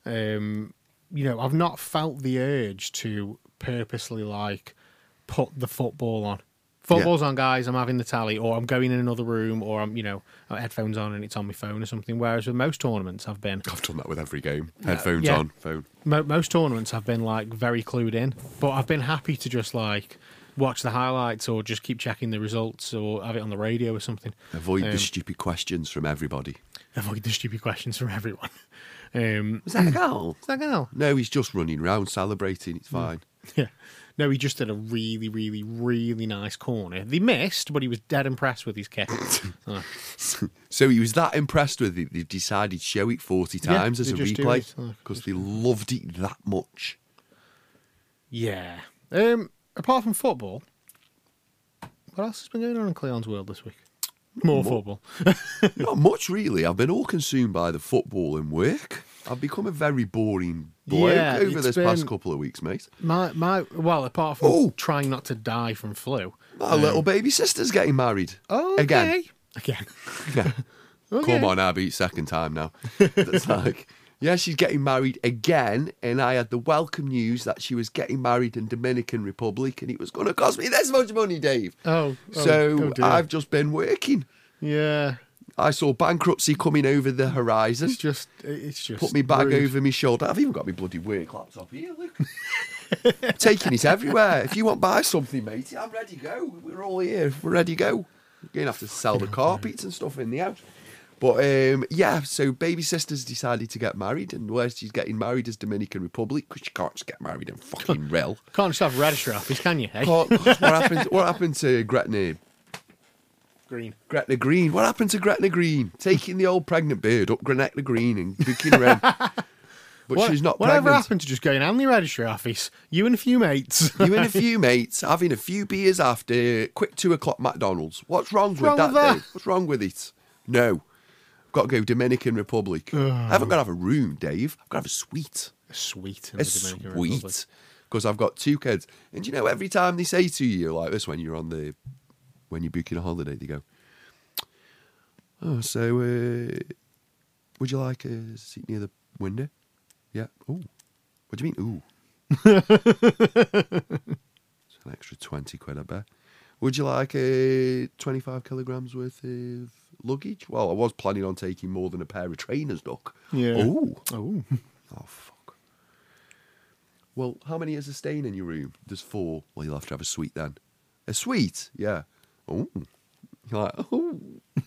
um, you know, I've not felt the urge to purposely like put the football on. Football's on, guys. I'm having the tally, or I'm going in another room, or I'm, you know, I've headphones on and it's on my phone or something. Whereas with most tournaments, I've been I've done that with every game. Headphones Yeah. on, phone. Mo- most tournaments I've been like very clued in, but I've been happy to just like watch the highlights or just keep checking the results or have it on the radio or something. Avoid Um, the stupid questions from everybody. Avoid the stupid questions from everyone. Um, Was that a goal? is that Gal? No, he's just running round celebrating. Hmm. It's fine. Yeah. No, he just did a really, really, really nice corner. They missed, but he was dead impressed with his kick. Uh, So he was that impressed with it, they decided to show it 40 Yeah, times as they a just do replay it. Oh, because they loved it that much. yeah. Um, apart from football, what else has been going on in Cleon's world this week? More football. Not much, really. I've been all consumed by the football and work. I've become a very boring bloke Yeah, over it's this been- past couple of weeks, mate. My my well, apart from Oh. trying not to die from flu. My little baby sister's getting married. Again. Again. Yeah. Okay. Come on, Abby, second time now. It's like, yeah, she's getting married again, and I had the welcome news that she was getting married in Dominican Republic, and it was going to cost me this much money, Dave. Oh, oh, oh so dear. I've just been working. Yeah. I saw bankruptcy coming over the horizon. It's just it's just Put me bag rude. over my shoulder. I've even got my bloody work laptop here. Look, taking it everywhere. If you want to buy something, matey, I'm ready to go. We're all here. We're ready to go. You're gonna have to sell Oh, the carpets and stuff in the house. But um, yeah, so baby sister's decided to get married, and where she's getting married is Dominican Republic because you can't just get married in fucking real. Can't just have radish wrappies, can you? Hey? Can't- what happened? What happened to Gretna? Green. Gretna Green. What happened to Gretna Green? Taking the old pregnant bird up Gretna Green and booking her in. But What- she's not Whatever pregnant. happened to just going down the registry office? You and a few mates. You and a few mates having a few beers after quick two o'clock McDonald's. What's wrong with wrong that, with that? Dave? What's wrong with it? No. I've got to go Dominican Republic. I haven't got to have a room, Dave. I've got to have a suite. Sweet. in A the Dominican Republic. suite. Because I've got two kids. And you know, every time they say to you like this when you're on the when you're booking a holiday, they go, Oh, so uh, would you like a seat near the window? Yeah. Ooh. What do you mean? Ooh. it's an extra 20 quid, I bet. Would you like a 25 kilograms worth of luggage? Well, I was planning on taking more than a pair of trainers, Doc. Yeah. Ooh. Oh. Oh, fuck. Well, how many is a stain in your room? There's four. Well, you'll have to have a sweet then. A sweet? Yeah. Oh. You're like, oh.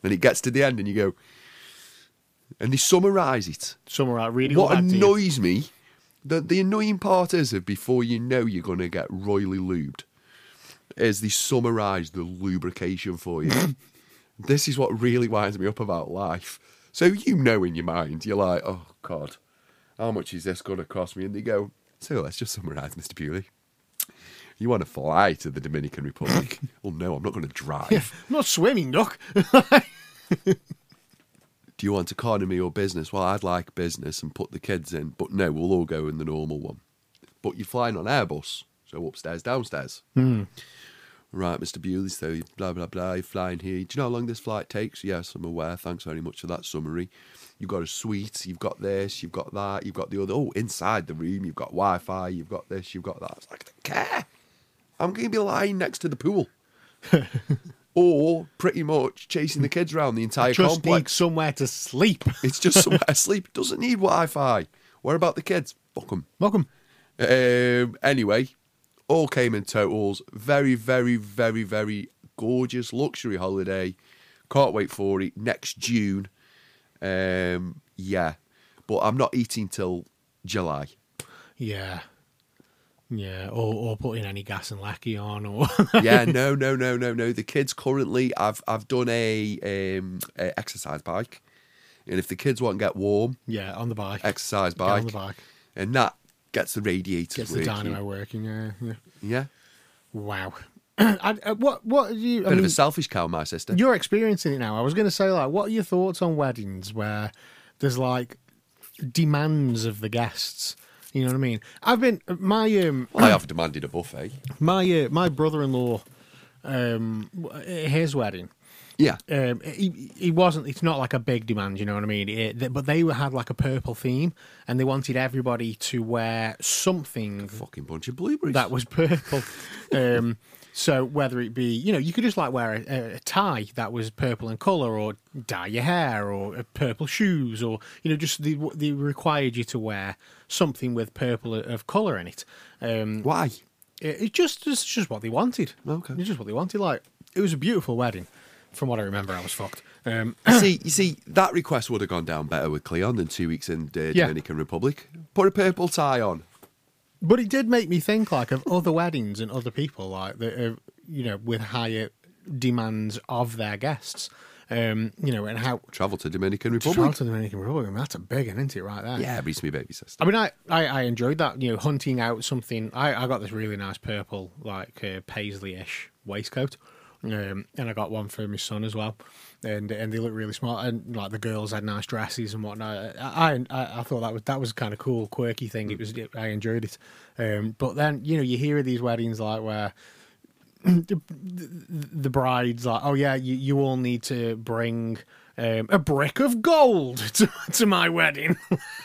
then it gets to the end and you go, and they summarise it. Somewhere out reading what back to you. annoys me, the, the annoying part is of before you know you're going to get royally lubed, is they summarise the lubrication for you. this is what really winds me up about life. So you know in your mind, you're like, oh God, how much is this going to cost me? And they go, so let's just summarise, Mr. Bewley. You want to fly to the Dominican Republic? well, no, I'm not going to drive. I'm not swimming, Doc. do you want economy or business? Well, I'd like business and put the kids in, but no, we'll all go in the normal one. But you're flying on Airbus, so upstairs, downstairs. Right, Mr. Bewley, so you- blah, blah, blah, you're flying here. Do you know how long this flight takes? Yes, I'm aware. Thanks very much for that summary. You've got a suite, you've got this, you've got that, you've got the other. Oh, inside the room, you've got Wi Fi, you've got this, you've got that. It's like, I don't care. I'm going to be lying next to the pool. or pretty much chasing the kids around the entire Just complex. need somewhere to sleep. It's just somewhere asleep. It doesn't need Wi Fi. Where about the kids? Fuck 'em. Welcome. Um, anyway, all came in totals. Very, very, very, very gorgeous luxury holiday. Can't wait for it next June. Um, yeah, but I'm not eating till July. Yeah. Yeah, or, or putting any gas and lackey on, or Yeah, no, no, no, no, no. The kids currently, I've I've done a, um, a exercise bike, and if the kids want to get warm, yeah, on the bike, exercise Get on bike, the bike, and that gets the radiators gets the working. dynamo working. Yeah, yeah. Yeah. Wow. I, I- what what do you? I Bit of mean, a selfish cow, my sister. you're experiencing it now. I was going to say like, what are your thoughts on weddings where there's like demands of the guests? You know what I mean? I've been my um I have demanded a buffet. my uh, my brother-in-law um w- at his wedding. Yeah. Um, he, he wasn't. It's not like a big demand, you know what I mean. It, th but they were- had like a purple theme, and they wanted everybody to wear something Fucking bunch of blueberries. that was purple. um, so whether it be, you know, you could just like wear a, a tie that was purple in color, or dye your hair, or uh, purple shoes, or you know, just they, they required you to wear something with purple uh, of color in it. Um, Why? it, it just it's just what they wanted. Okay. it's just what they wanted. Like it was a beautiful wedding, from what I remember. I was fucked. Um, You see, you see, that request would have gone down better with Cleon than two weeks in the Yeah. Dominican Republic. Put a purple tie on. but it did make me think like of other weddings and other people like that are, you know with higher demands of their guests um you know and how Travel to Dominican Republic. travel to the Dominican Republic I mean, that's a big one isn't it right there Yeah, reach me, baby sister. I mean, I, I, I enjoyed that, you know, hunting out something. I, I got this really nice purple, like uh, paisley ish waistcoat. Um, and I got one for my son as well. And and they look really smart. And like the girls had nice dresses and whatnot. I I, I thought that was that was kind of cool, quirky thing. It was I enjoyed it. Um, but then you know you hear of these weddings like where the bride's like, oh yeah, you, you all need to bring um, a brick of gold to, to my wedding.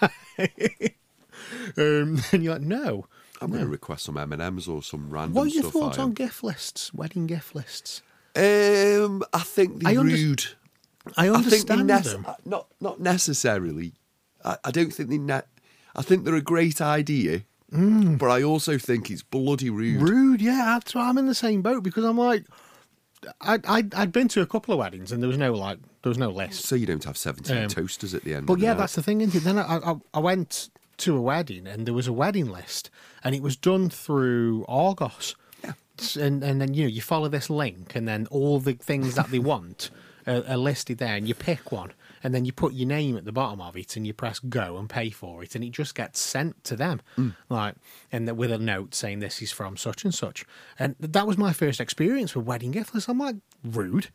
um, and you're like, no. I'm going to request some M and M's or some random What are your stuff. thoughts I on gift lists, wedding gift lists? am. Um, I think I they're under- rude. I I think they understand nec- them. not not necessarily. I, I don't think they. Ne- I think they're a great idea, Mm. but I also think it's bloody Rude, yeah. That's why I'm in the same boat because I'm like, I, I I'd been to a couple of weddings and there was no like there was no list. so you don't have 17 Um, toasters at the end. But of the yeah, night. that's the thing, isn't it? Then I, I, I went to a wedding and there was a wedding list and it was done through Argos. And, and then, you know, you follow this link and then all the things that they want are, are listed there and you pick one and then you put your name at the bottom of it and you press go and pay for it and it just gets sent to them. Mm. Like, and then with a note saying this is from such and such. And that was my first experience with wedding gift lists. I'm like, rude.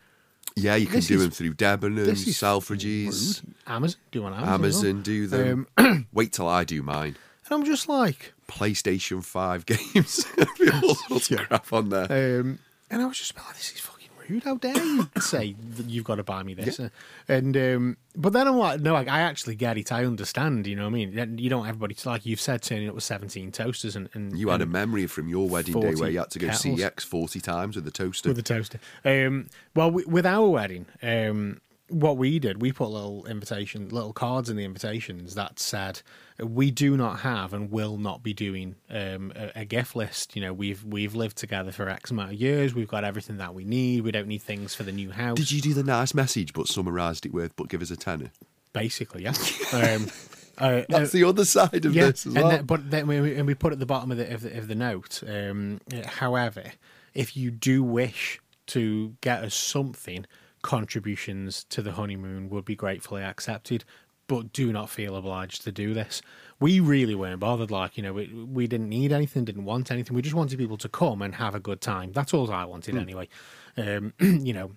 yeah, you can this do is- them through Debenhams, this is Selfridges, Amazon, do on Amazon. as well. Um, Amazon. Do them. Wait till I do mine. And I'm just like, PlayStation Five games, all sorts of crap on there. Um, and I was just like, this is fucking rude. How dare you say that you've got to buy me this? And um, but then I'm like, no, I, I actually get it. I understand. You know what I mean? Then You don't everybody like you've said turning up with 17 toasters and, and You had a memory from your wedding day 40 where you had to go Um, kettles. CX 40 times with the toaster. with a toaster. Um, well, we, with our wedding, um, what we did, we put little invitation, little cards in the invitations that said we do not have and will not be doing um, a, a gift list. You know, we've we've lived together for X amount of years. We've got everything that we need. We don't need things for the new house. Did you do the nice message but summarised it with, but give us a tenner? Basically, yeah. um, uh, uh, That's the other side of yeah, this as and well. then, but then we, and we put at the bottom of the of the, of the note. Um, however, if you do wish to get us something, contributions to the honeymoon would be gratefully accepted. But do not feel obliged to do this. We really weren't bothered. Like you know, we, we didn't need anything, didn't want anything. We just wanted people to come and have a good time. That's all I Hmm. wanted anyway. Um, you know,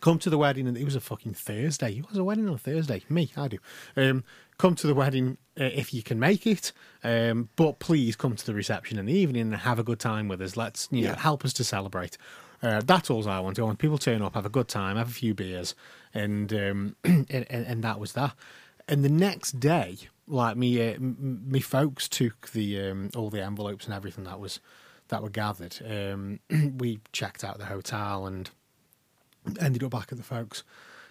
come to the wedding and it was a fucking Thursday. It was a wedding on a Thursday. Me, I do. Um, come to the wedding uh, if you can make it, um, but please come to the reception in the evening and have a good time with us. Let's you know Yeah. help us to celebrate. Uh, that's all I want. I want people to turn up, have a good time, have a few beers, and um, and, and and that was that. And the next day, like me, uh, m- me folks took the um, all the envelopes and everything that was that were gathered. Um, we checked out the hotel and ended up back at the folks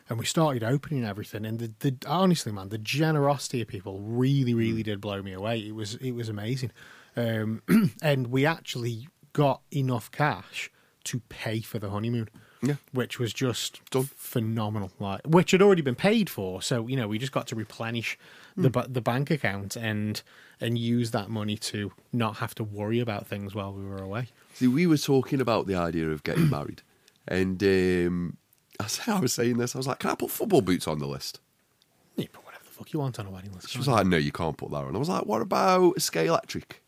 and we started opening everything and the, the honestly man the generosity of people really Mm. really did blow me away it was it was amazing um, and we actually got enough cash to pay for the honeymoon Yeah. which was just Done. phenomenal like which had already been paid for so you know we just got to replenish the Mm. ba- the bank account and and use that money to not have to worry about things while we were away See, we were talking about the idea of getting married, and um, I said I was saying this. I was like, "Can I put football boots on the list?" you put whatever the fuck you want on a wedding list She can't was like, "No, you can't put that on." I was like, "What about Sky Electric?"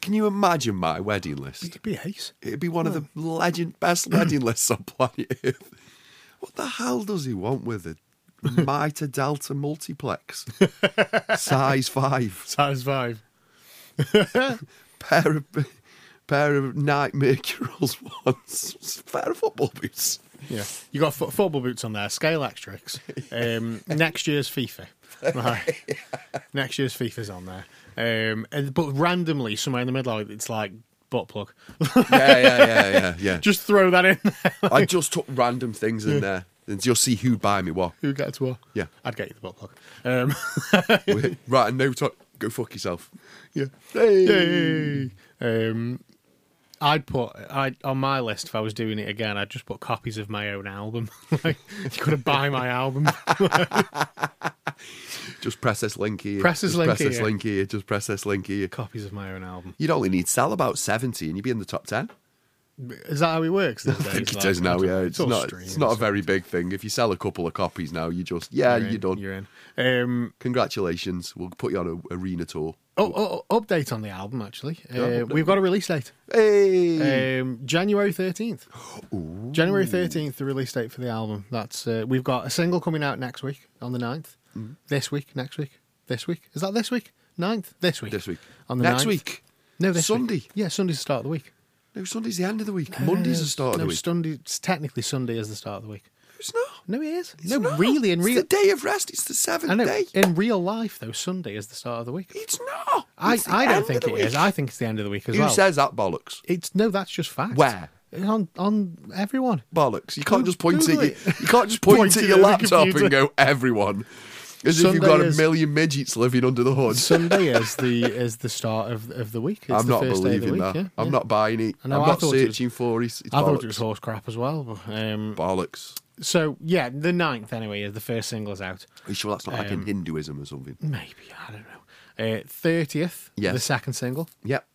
Can you imagine my you? wedding list? it'd be ace It'd be one of the legend best wedding lists on planet Earth. What the hell does he want with a Mitre Delta multiplex? Size five. Size five. Pair of pair of night mercurals once. Pair of football boots. Yeah, you got fo- football boots on there, scale extracts. Um, next year's FIFA. Right. Next year's FIFA's on there. Um, and, but randomly, somewhere in the middle, of it, it's like butt plug. Yeah, yeah, yeah, yeah, yeah. Just throw that in there. I just took random things in there and just see who'd buy me what. Who gets what? Yeah. I'd get you the butt plug. Um, right, and no time. Go fuck yourself. yeah. Yay. Hey. Um, I'd put I on my list if I was doing it again. I'd just put copies of my own album. like you got to buy my album. Just press this link here. Press this just link press this here. link here. Just press this link here. copies of my own album. You'd only need to sell about 70 and you'd be in the top 10. Is that how it works? these I think days? it Like, is I now, don't yeah. know. It's, all not, streams. it's not a very big thing. If you sell a couple of copies now, you just, yeah, You're you're, in, done. You're in. Um, Congratulations. We'll put you on a arena tour. oh, oh, oh, update on the album actually. Uh, update. Hmm. we've got a release date. Hey! Um, January thirteenth. January thirteenth, the release date for the album. That's uh, we've got a single coming out next week on the 9th. Hmm. This week, next week, this week. Is that this week? 9th? This week. this week. On the Next 9th. week. No, this week. Sunday. Yeah, Sunday's the start of the week. No, Sunday's the end of the week. Monday's the start of Uh, no, the week. Sunday. It's technically Sunday is the start of the week. It's not. No, it is. It's no, not. really, in It's real. the day of rest. It's the I seventh know. day. In real life, though, Sunday is the start of the week. It's not. I, It's the I end don't of think the it is. week. I think it's the end of the week as Who well. says that bollocks? It's no, that's just fact. Where? It's on on everyone. Bollocks. You can't just point at Google you. it. You can't just point, Point at it your at the laptop computer. and go everyone. As if Sunday you've got is- a million midgets living under the hood. Sunday is the is the start of of the week. It's I'm the not first day of the believing week, that. yeah, I'm yeah. not buying it. I know, I'm I not thought it was- searching for it. It's I thought bollocks. it was horse crap as well. but, Um, bollocks. so yeah, the 9th anyway is the first single's out. Are you sure that's not like in Hinduism or something? Maybe I don't know. Uh, Thirtieth, Yes. the second single, Yep.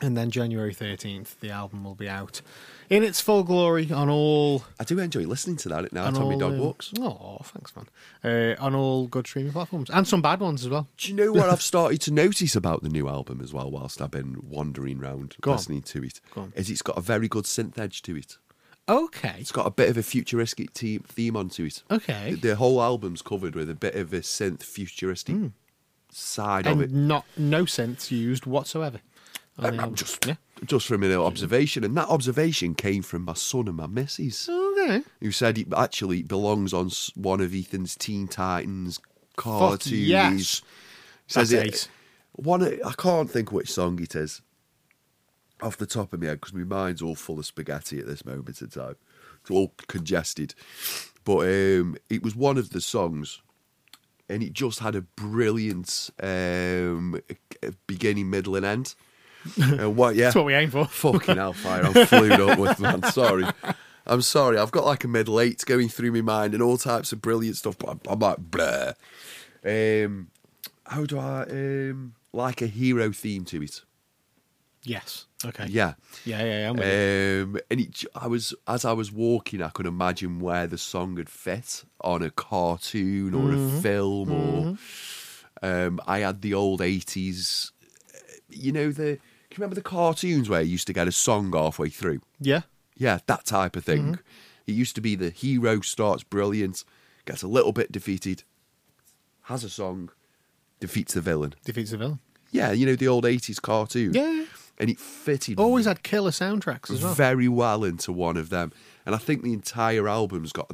and then January thirteenth, the album will be out in its full glory on all I do enjoy listening to that now. on Tommy all, Dog um, walks. Oh, thanks, man. Uh, on all good streaming platforms and some bad ones as well. Do you know what I've started to notice about the new album as well? Whilst I've been wandering round Go on. listening to it, Go on. is it's got a very good synth edge to it. Okay, It's got a bit of a futuristic te- theme onto it. okay, The whole album's covered with a bit of a synth futuristic side of it. and not no sense used whatsoever. on the Um, album. just, yeah. just from an observation, and that observation came from my son and my missus, Okay. who said it actually belongs on s- one of Ethan's Teen Titans Fuck cartoons. yes. Says That's it. ace. One, I can't think which song it is. off the top of my head because my mind's all full of spaghetti at this moment in time. It's all congested. But um, it was one of the songs, and it just had a brilliant um, beginning, middle, and end. and what? Yeah, That's what we aim for. Fucking hellfire! I'm flued up with man. Sorry, I'm sorry. I've got like a middle eight going through my mind and all types of brilliant stuff. But I'm, I'm like, bleh. Um, how do I um, like a hero theme to it? Yes. Okay. Yeah. Yeah. Uh, Yeah. yeah I'm with you. Um, and it, I was as I was walking, I could imagine where the song had fit on a cartoon or a film, or um, I had the old eighties. You know the. Can you remember the cartoons where you used to get a song halfway through? Yeah. Yeah, that type of thing. Mm-hmm. It used to be the hero starts brilliant, gets a little bit defeated, has a song, defeats the villain. Defeats the villain. Yeah, you know the old eighties cartoon. Yeah. and it fitted Always had killer soundtracks as well. very well into one of them, and I think the entire album's got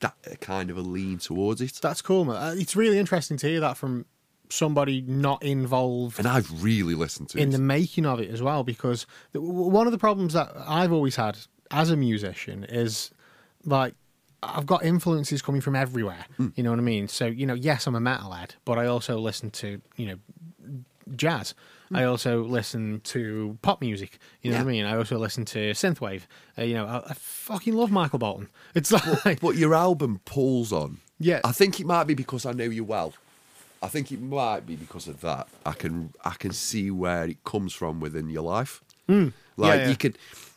that kind of a lean towards it. That's cool, man. Uh, It's really interesting to hear that from somebody not involved And I've really listened to in it. the making of it as well because the, w- one of the problems that I've always had as a musician is like I've got influences coming from everywhere. Hmm. You know what I mean? So you know, yes, I'm a metalhead, but I also listen to you know jazz. Hmm. I also listen to pop music. You know what I mean? I also listen to synthwave. Uh, you know, I, I fucking love Michael Bolton. It's like but your album pulls on. Yeah. I think it might be because I know you well. I think it might be because of that. I can I can see where it comes from within your life. Like Hmm. yeah. you can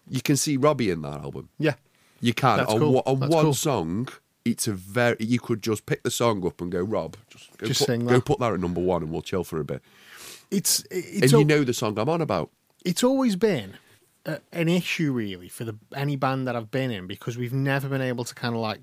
you can see Robbie in that album. yeah, You can That's on, cool. one- on That's one cool. song. It's a very you could just pick the song up and go Rob, just go, Just put, sing go that." put that at number one and we'll chill for a bit. it's it's and all- you know the song I'm on about. it's always been a, an issue really for the any band that I've been in because we've never been able to kind of like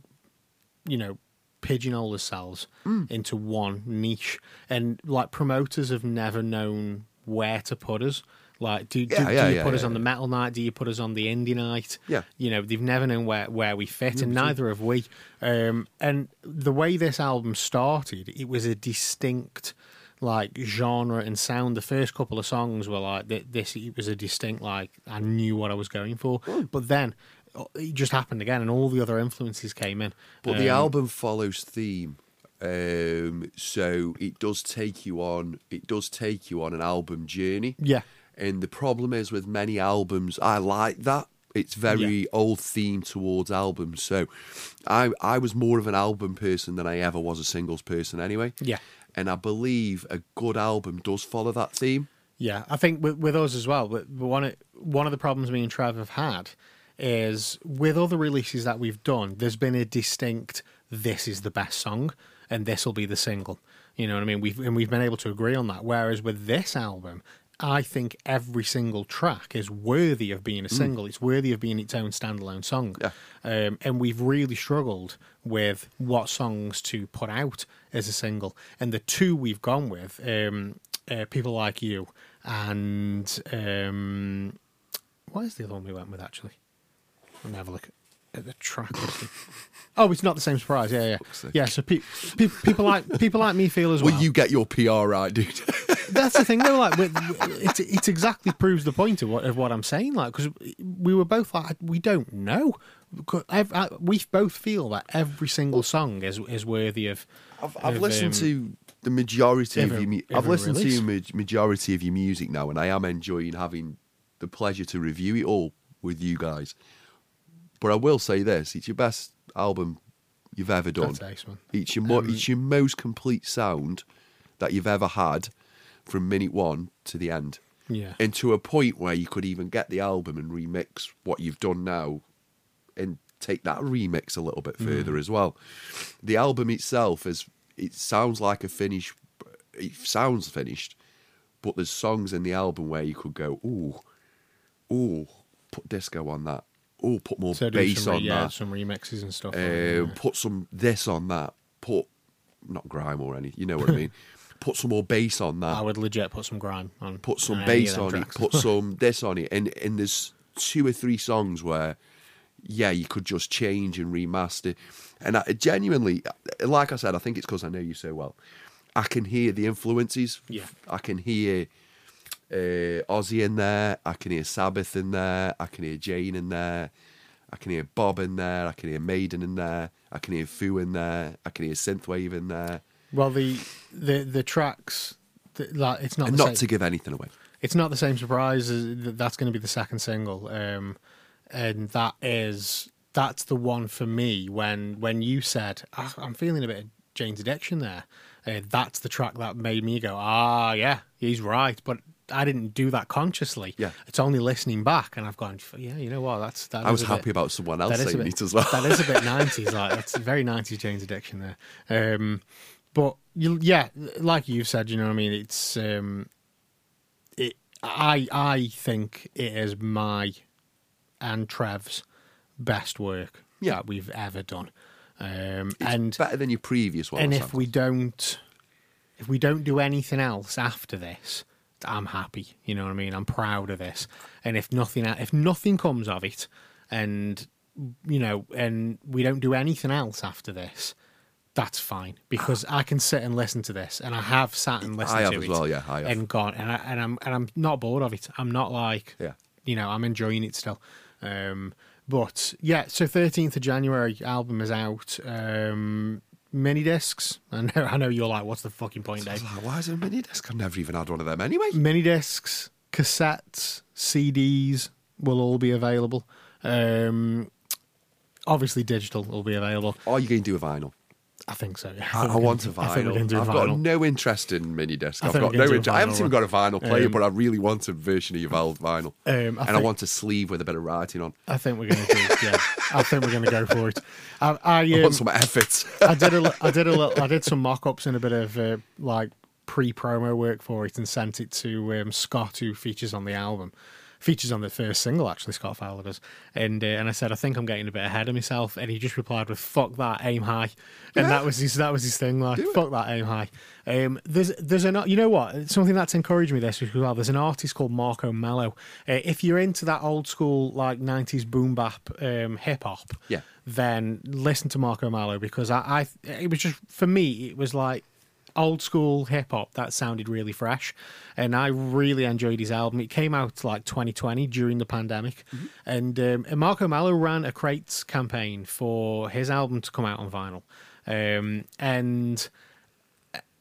you know pigeonhole ourselves Mm. into one niche and like promoters have never known where to put us like do, do, Yeah, yeah, do you yeah, put us yeah, on the metal night do you put us on the indie night Yeah. you know they've never known where, where we fit and neither have we um, and the way this album started it was a distinct like genre and sound the first couple of songs were like th- this it was a distinct like i knew what i was going for but then uh, it just happened again and all the other influences came in But the Um, album follows theme. Um, so it does take you on it does take you on an album journey. yeah And the problem is with many albums, I like that. It's very old theme towards albums. So I I was more of an album person than I ever was a singles person anyway. Yeah. And I believe a good album does follow that theme. Yeah, I think with, with us as well. But but one of, one of the problems me and Trav have had is with other releases that we've done. There's been a distinct "this is the best song" and "this will be the single." You know what I mean? We've and we've been able to agree on that. Whereas with this album, I think every single track is worthy of being a single. It's worthy of being its own standalone song. Yeah. Um, and we've really struggled with what songs to put out as a single. And the two we've gone with, um, uh, People Like You and. Um, what is the other one we went with, actually? Let me have a look at the track. listing. oh, it's not the same surprise. Yeah, yeah. Yeah, so pe- pe- people, like, people like me feel as well. Well, you get your PR right, dude. That's the thing, though. Like, with, it, it exactly proves the point of what of what I'm saying. Like, because we were both like, we don't know. 'Cause ev- I- We both feel that every single song is is worthy of. I've, I've of, listened um, to the majority of every- your. mu- I've every listened release. to ma- majority of your music now, and I am enjoying having the pleasure to review it all with you guys. But I will say this: it's your best album you've ever done. That's ace, man. It's your mo- Um, it's your most complete sound that you've ever had, from minute one to the end, Yeah. and to a point where you could even get the album and remix what you've done now, and take that remix a little bit Mm. further as well. The album itself is it sounds like a finish, it sounds finished, but there's songs in the album where you could go, ooh, ooh, put disco on that, ooh, put more So do bass some, re- on yeah, that, some remixes and stuff. like that, um, put some this on that. Put not grime or any. You know what I mean. put some more bass on that. I would legit put some grime on. Ah. put some on any of bass them on Ah, tracks. it. Put some this on it. And and there's two or three songs where, yeah, you could just change and remaster. And I, genuinely, like I said, I think it's because I know you so well. I can hear the influences. Yeah. I can hear uh, Ozzy in there. I can hear Sabbath in there. I can hear Jane in there. I can hear Bob in there. I can hear Maiden in there. I can hear Foo in there. I can hear Synthwave in there. Well, the the the tracks, the, like, it's not And the not same. to give anything away. it's not the same surprise as th- that's going to be the second single um and that is that's the one for me when when you said "Ah, i'm feeling a bit of jane's addiction there uh, that's the track that made me go ah yeah he's right but i didn't do that consciously Yeah. it's only listening back and i've gone "F- yeah you know what that's that I is was a happy bit- about someone that is else a saying bit- it as well. that is a bit nineties, like that's a very nineties Jane's Addiction there. Um, but you, yeah, like you've said, you know what I mean. It's um, it. I I think it is my and Trev's best work Yeah. that we've ever done. Um, and Better than your previous one. and or if something. we don't, if we don't do anything else after this, I'm happy. You know what I mean? I'm proud of this. And if nothing, if nothing comes of it, and you know, and we don't do anything else after this, that's fine because I can sit and listen to this, and I have sat and listened I have to as it well, yeah, I have. and gone, and I and I'm and I'm not bored of it. I'm not like Yeah. you know, I'm enjoying it still. Um, but yeah, so 13th of January album is out. Um, mini discs. I know, I know you're like, what's the fucking point, I Dave? was like, why is there a mini disc? I've never even had one of them anyway. Mini discs, cassettes, CDs will all be available. Um, obviously, digital will be available. Are you going to do a vinyl? I think so. Yeah. I, I want a I think we're vinyl. gonna do I've vinyl. got no interest in mini disc. I I've think got we're gonna no do a interest. I haven't vinyl even run. got a vinyl player, Um, but I really want a version of your Valve vinyl. Um, I and I think- want a sleeve with a bit of writing on. I think we're going to do. Yeah, I think we're going to go for it. I, I, I um, want some efforts. I did a li- I did a little, I did some mock-ups and a bit of uh, like pre-promo work for it and sent it to um, Scott who features on the album features on the first single actually Scott Fowler does and uh, and I said I think I'm getting a bit ahead of myself and he just replied with fuck that aim high and that was his that was his thing like fuck that aim high um there's there's an you know what something that's encouraged me this as well there's an artist called Marco Mello uh, if you're into that old school like 90s boom bap um, hip hop Yeah. then listen to Marco Malo because I, I it was just for me it was like old school hip hop that sounded really fresh and I really enjoyed his album it came out like 2020 during the pandemic and, um, and Marco Malo ran a crates campaign for his album to come out on vinyl um, and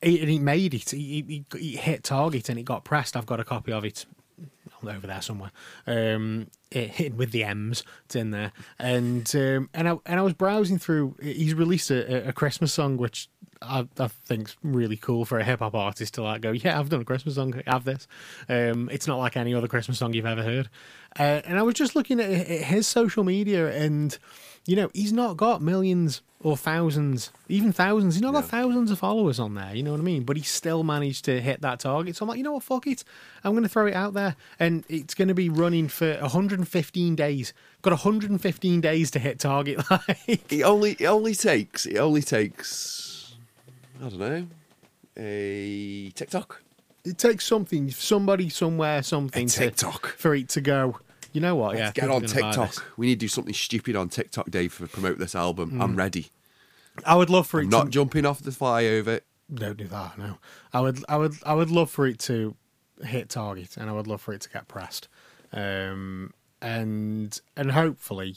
it, and it made it. It, it, it hit target and it got pressed. I've got a copy of it over there somewhere. Um, it hit with the M's. It's in there, and um, and I and I was browsing through. He's released a, a Christmas song, which I, I think's really cool for a hip hop artist to like go. Yeah, I've done a Christmas song. Have this. Um, it's not like any other Christmas song you've ever heard. Uh, and I was just looking at at his social media, and you know he's not got millions or thousands, even thousands. He's not got thousands of followers on there. You know what I mean? But he still managed to hit that target. So I'm like, you know what? Fuck it. I'm going to throw it out there, and it's going to be running for 115 days. Got 115 days to hit target. Like, it only it only takes it only takes I don't know a TikTok. it takes something, somebody, somewhere, something to- TikTok. for it to go. You know what? yeah, Get people on are gonna buy TikTok. this." We need to do something stupid on TikTok, Dave, for promote this album. Mm. I'm ready. I would love for it. I'm to- not jumping off the flyover. don't do that. No, I would, I would, I would love for it to hit target, and I would love for it to get pressed, um, and and hopefully,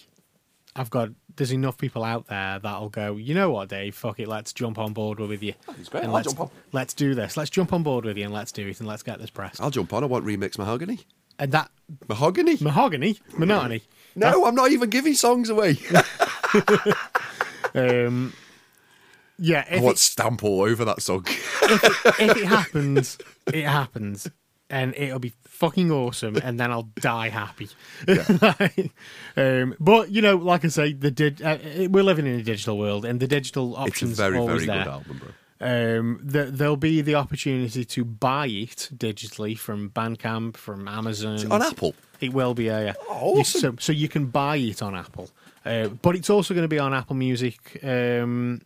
I've got there's enough people out there that'll go. You know what, Dave? Fuck it, let's jump on board with you. That's Oh, great, and I'll let's, jump on. Let's do this. Let's jump on board with you, and let's do it, and let's get this pressed. I'll jump on. I want remix mahogany. And that Mahogany. mahogany, monotony. no, I'm not even giving songs away. Um, yeah, I if want stamp all over that song. if it happens, it happens, and it'll be fucking awesome, and then I'll die happy. um, but you know, like I say, the did uh, it- we're living in a digital world, and the digital it's a options very very always good there. album, bro. Um, th- there'll be the opportunity to buy it digitally from Bandcamp, from Amazon, On Apple. It will be, yeah. yeah. Oh, You- awesome. So, so you can buy it on Apple, uh, but it's also going to be on Apple Music. Um,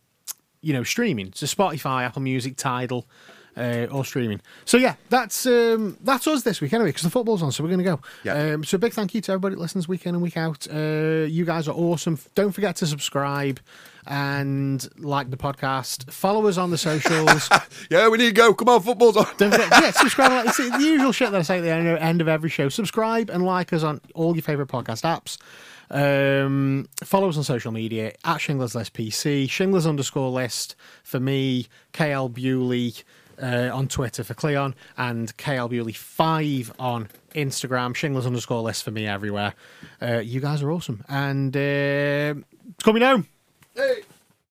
you know, streaming. So Spotify, Apple Music, Tidal, uh, or streaming. So yeah, that's um, that's us this week anyway, because the football's on, so we're going to go. Yeah. Um, so big thank you to everybody that listens week in and week out. Uh, you guys are awesome. F- Don't forget to subscribe and like the podcast. Follow us on the socials. Yeah, we need to go. Come on, football's on. Don't forget, yeah, subscribe. and Like, it's the usual shit that I say at the end, end of every show. Subscribe and like us on all your favorite podcast apps. Um, follow us on social media at Shinglers List PC, Shinglers underscore List for me, KL Bewley uh, on Twitter for Cleon, and KL Bewley five on Instagram. Shinglers underscore List for me everywhere. Uh, you guys are awesome, and uh, it's coming home. Hey.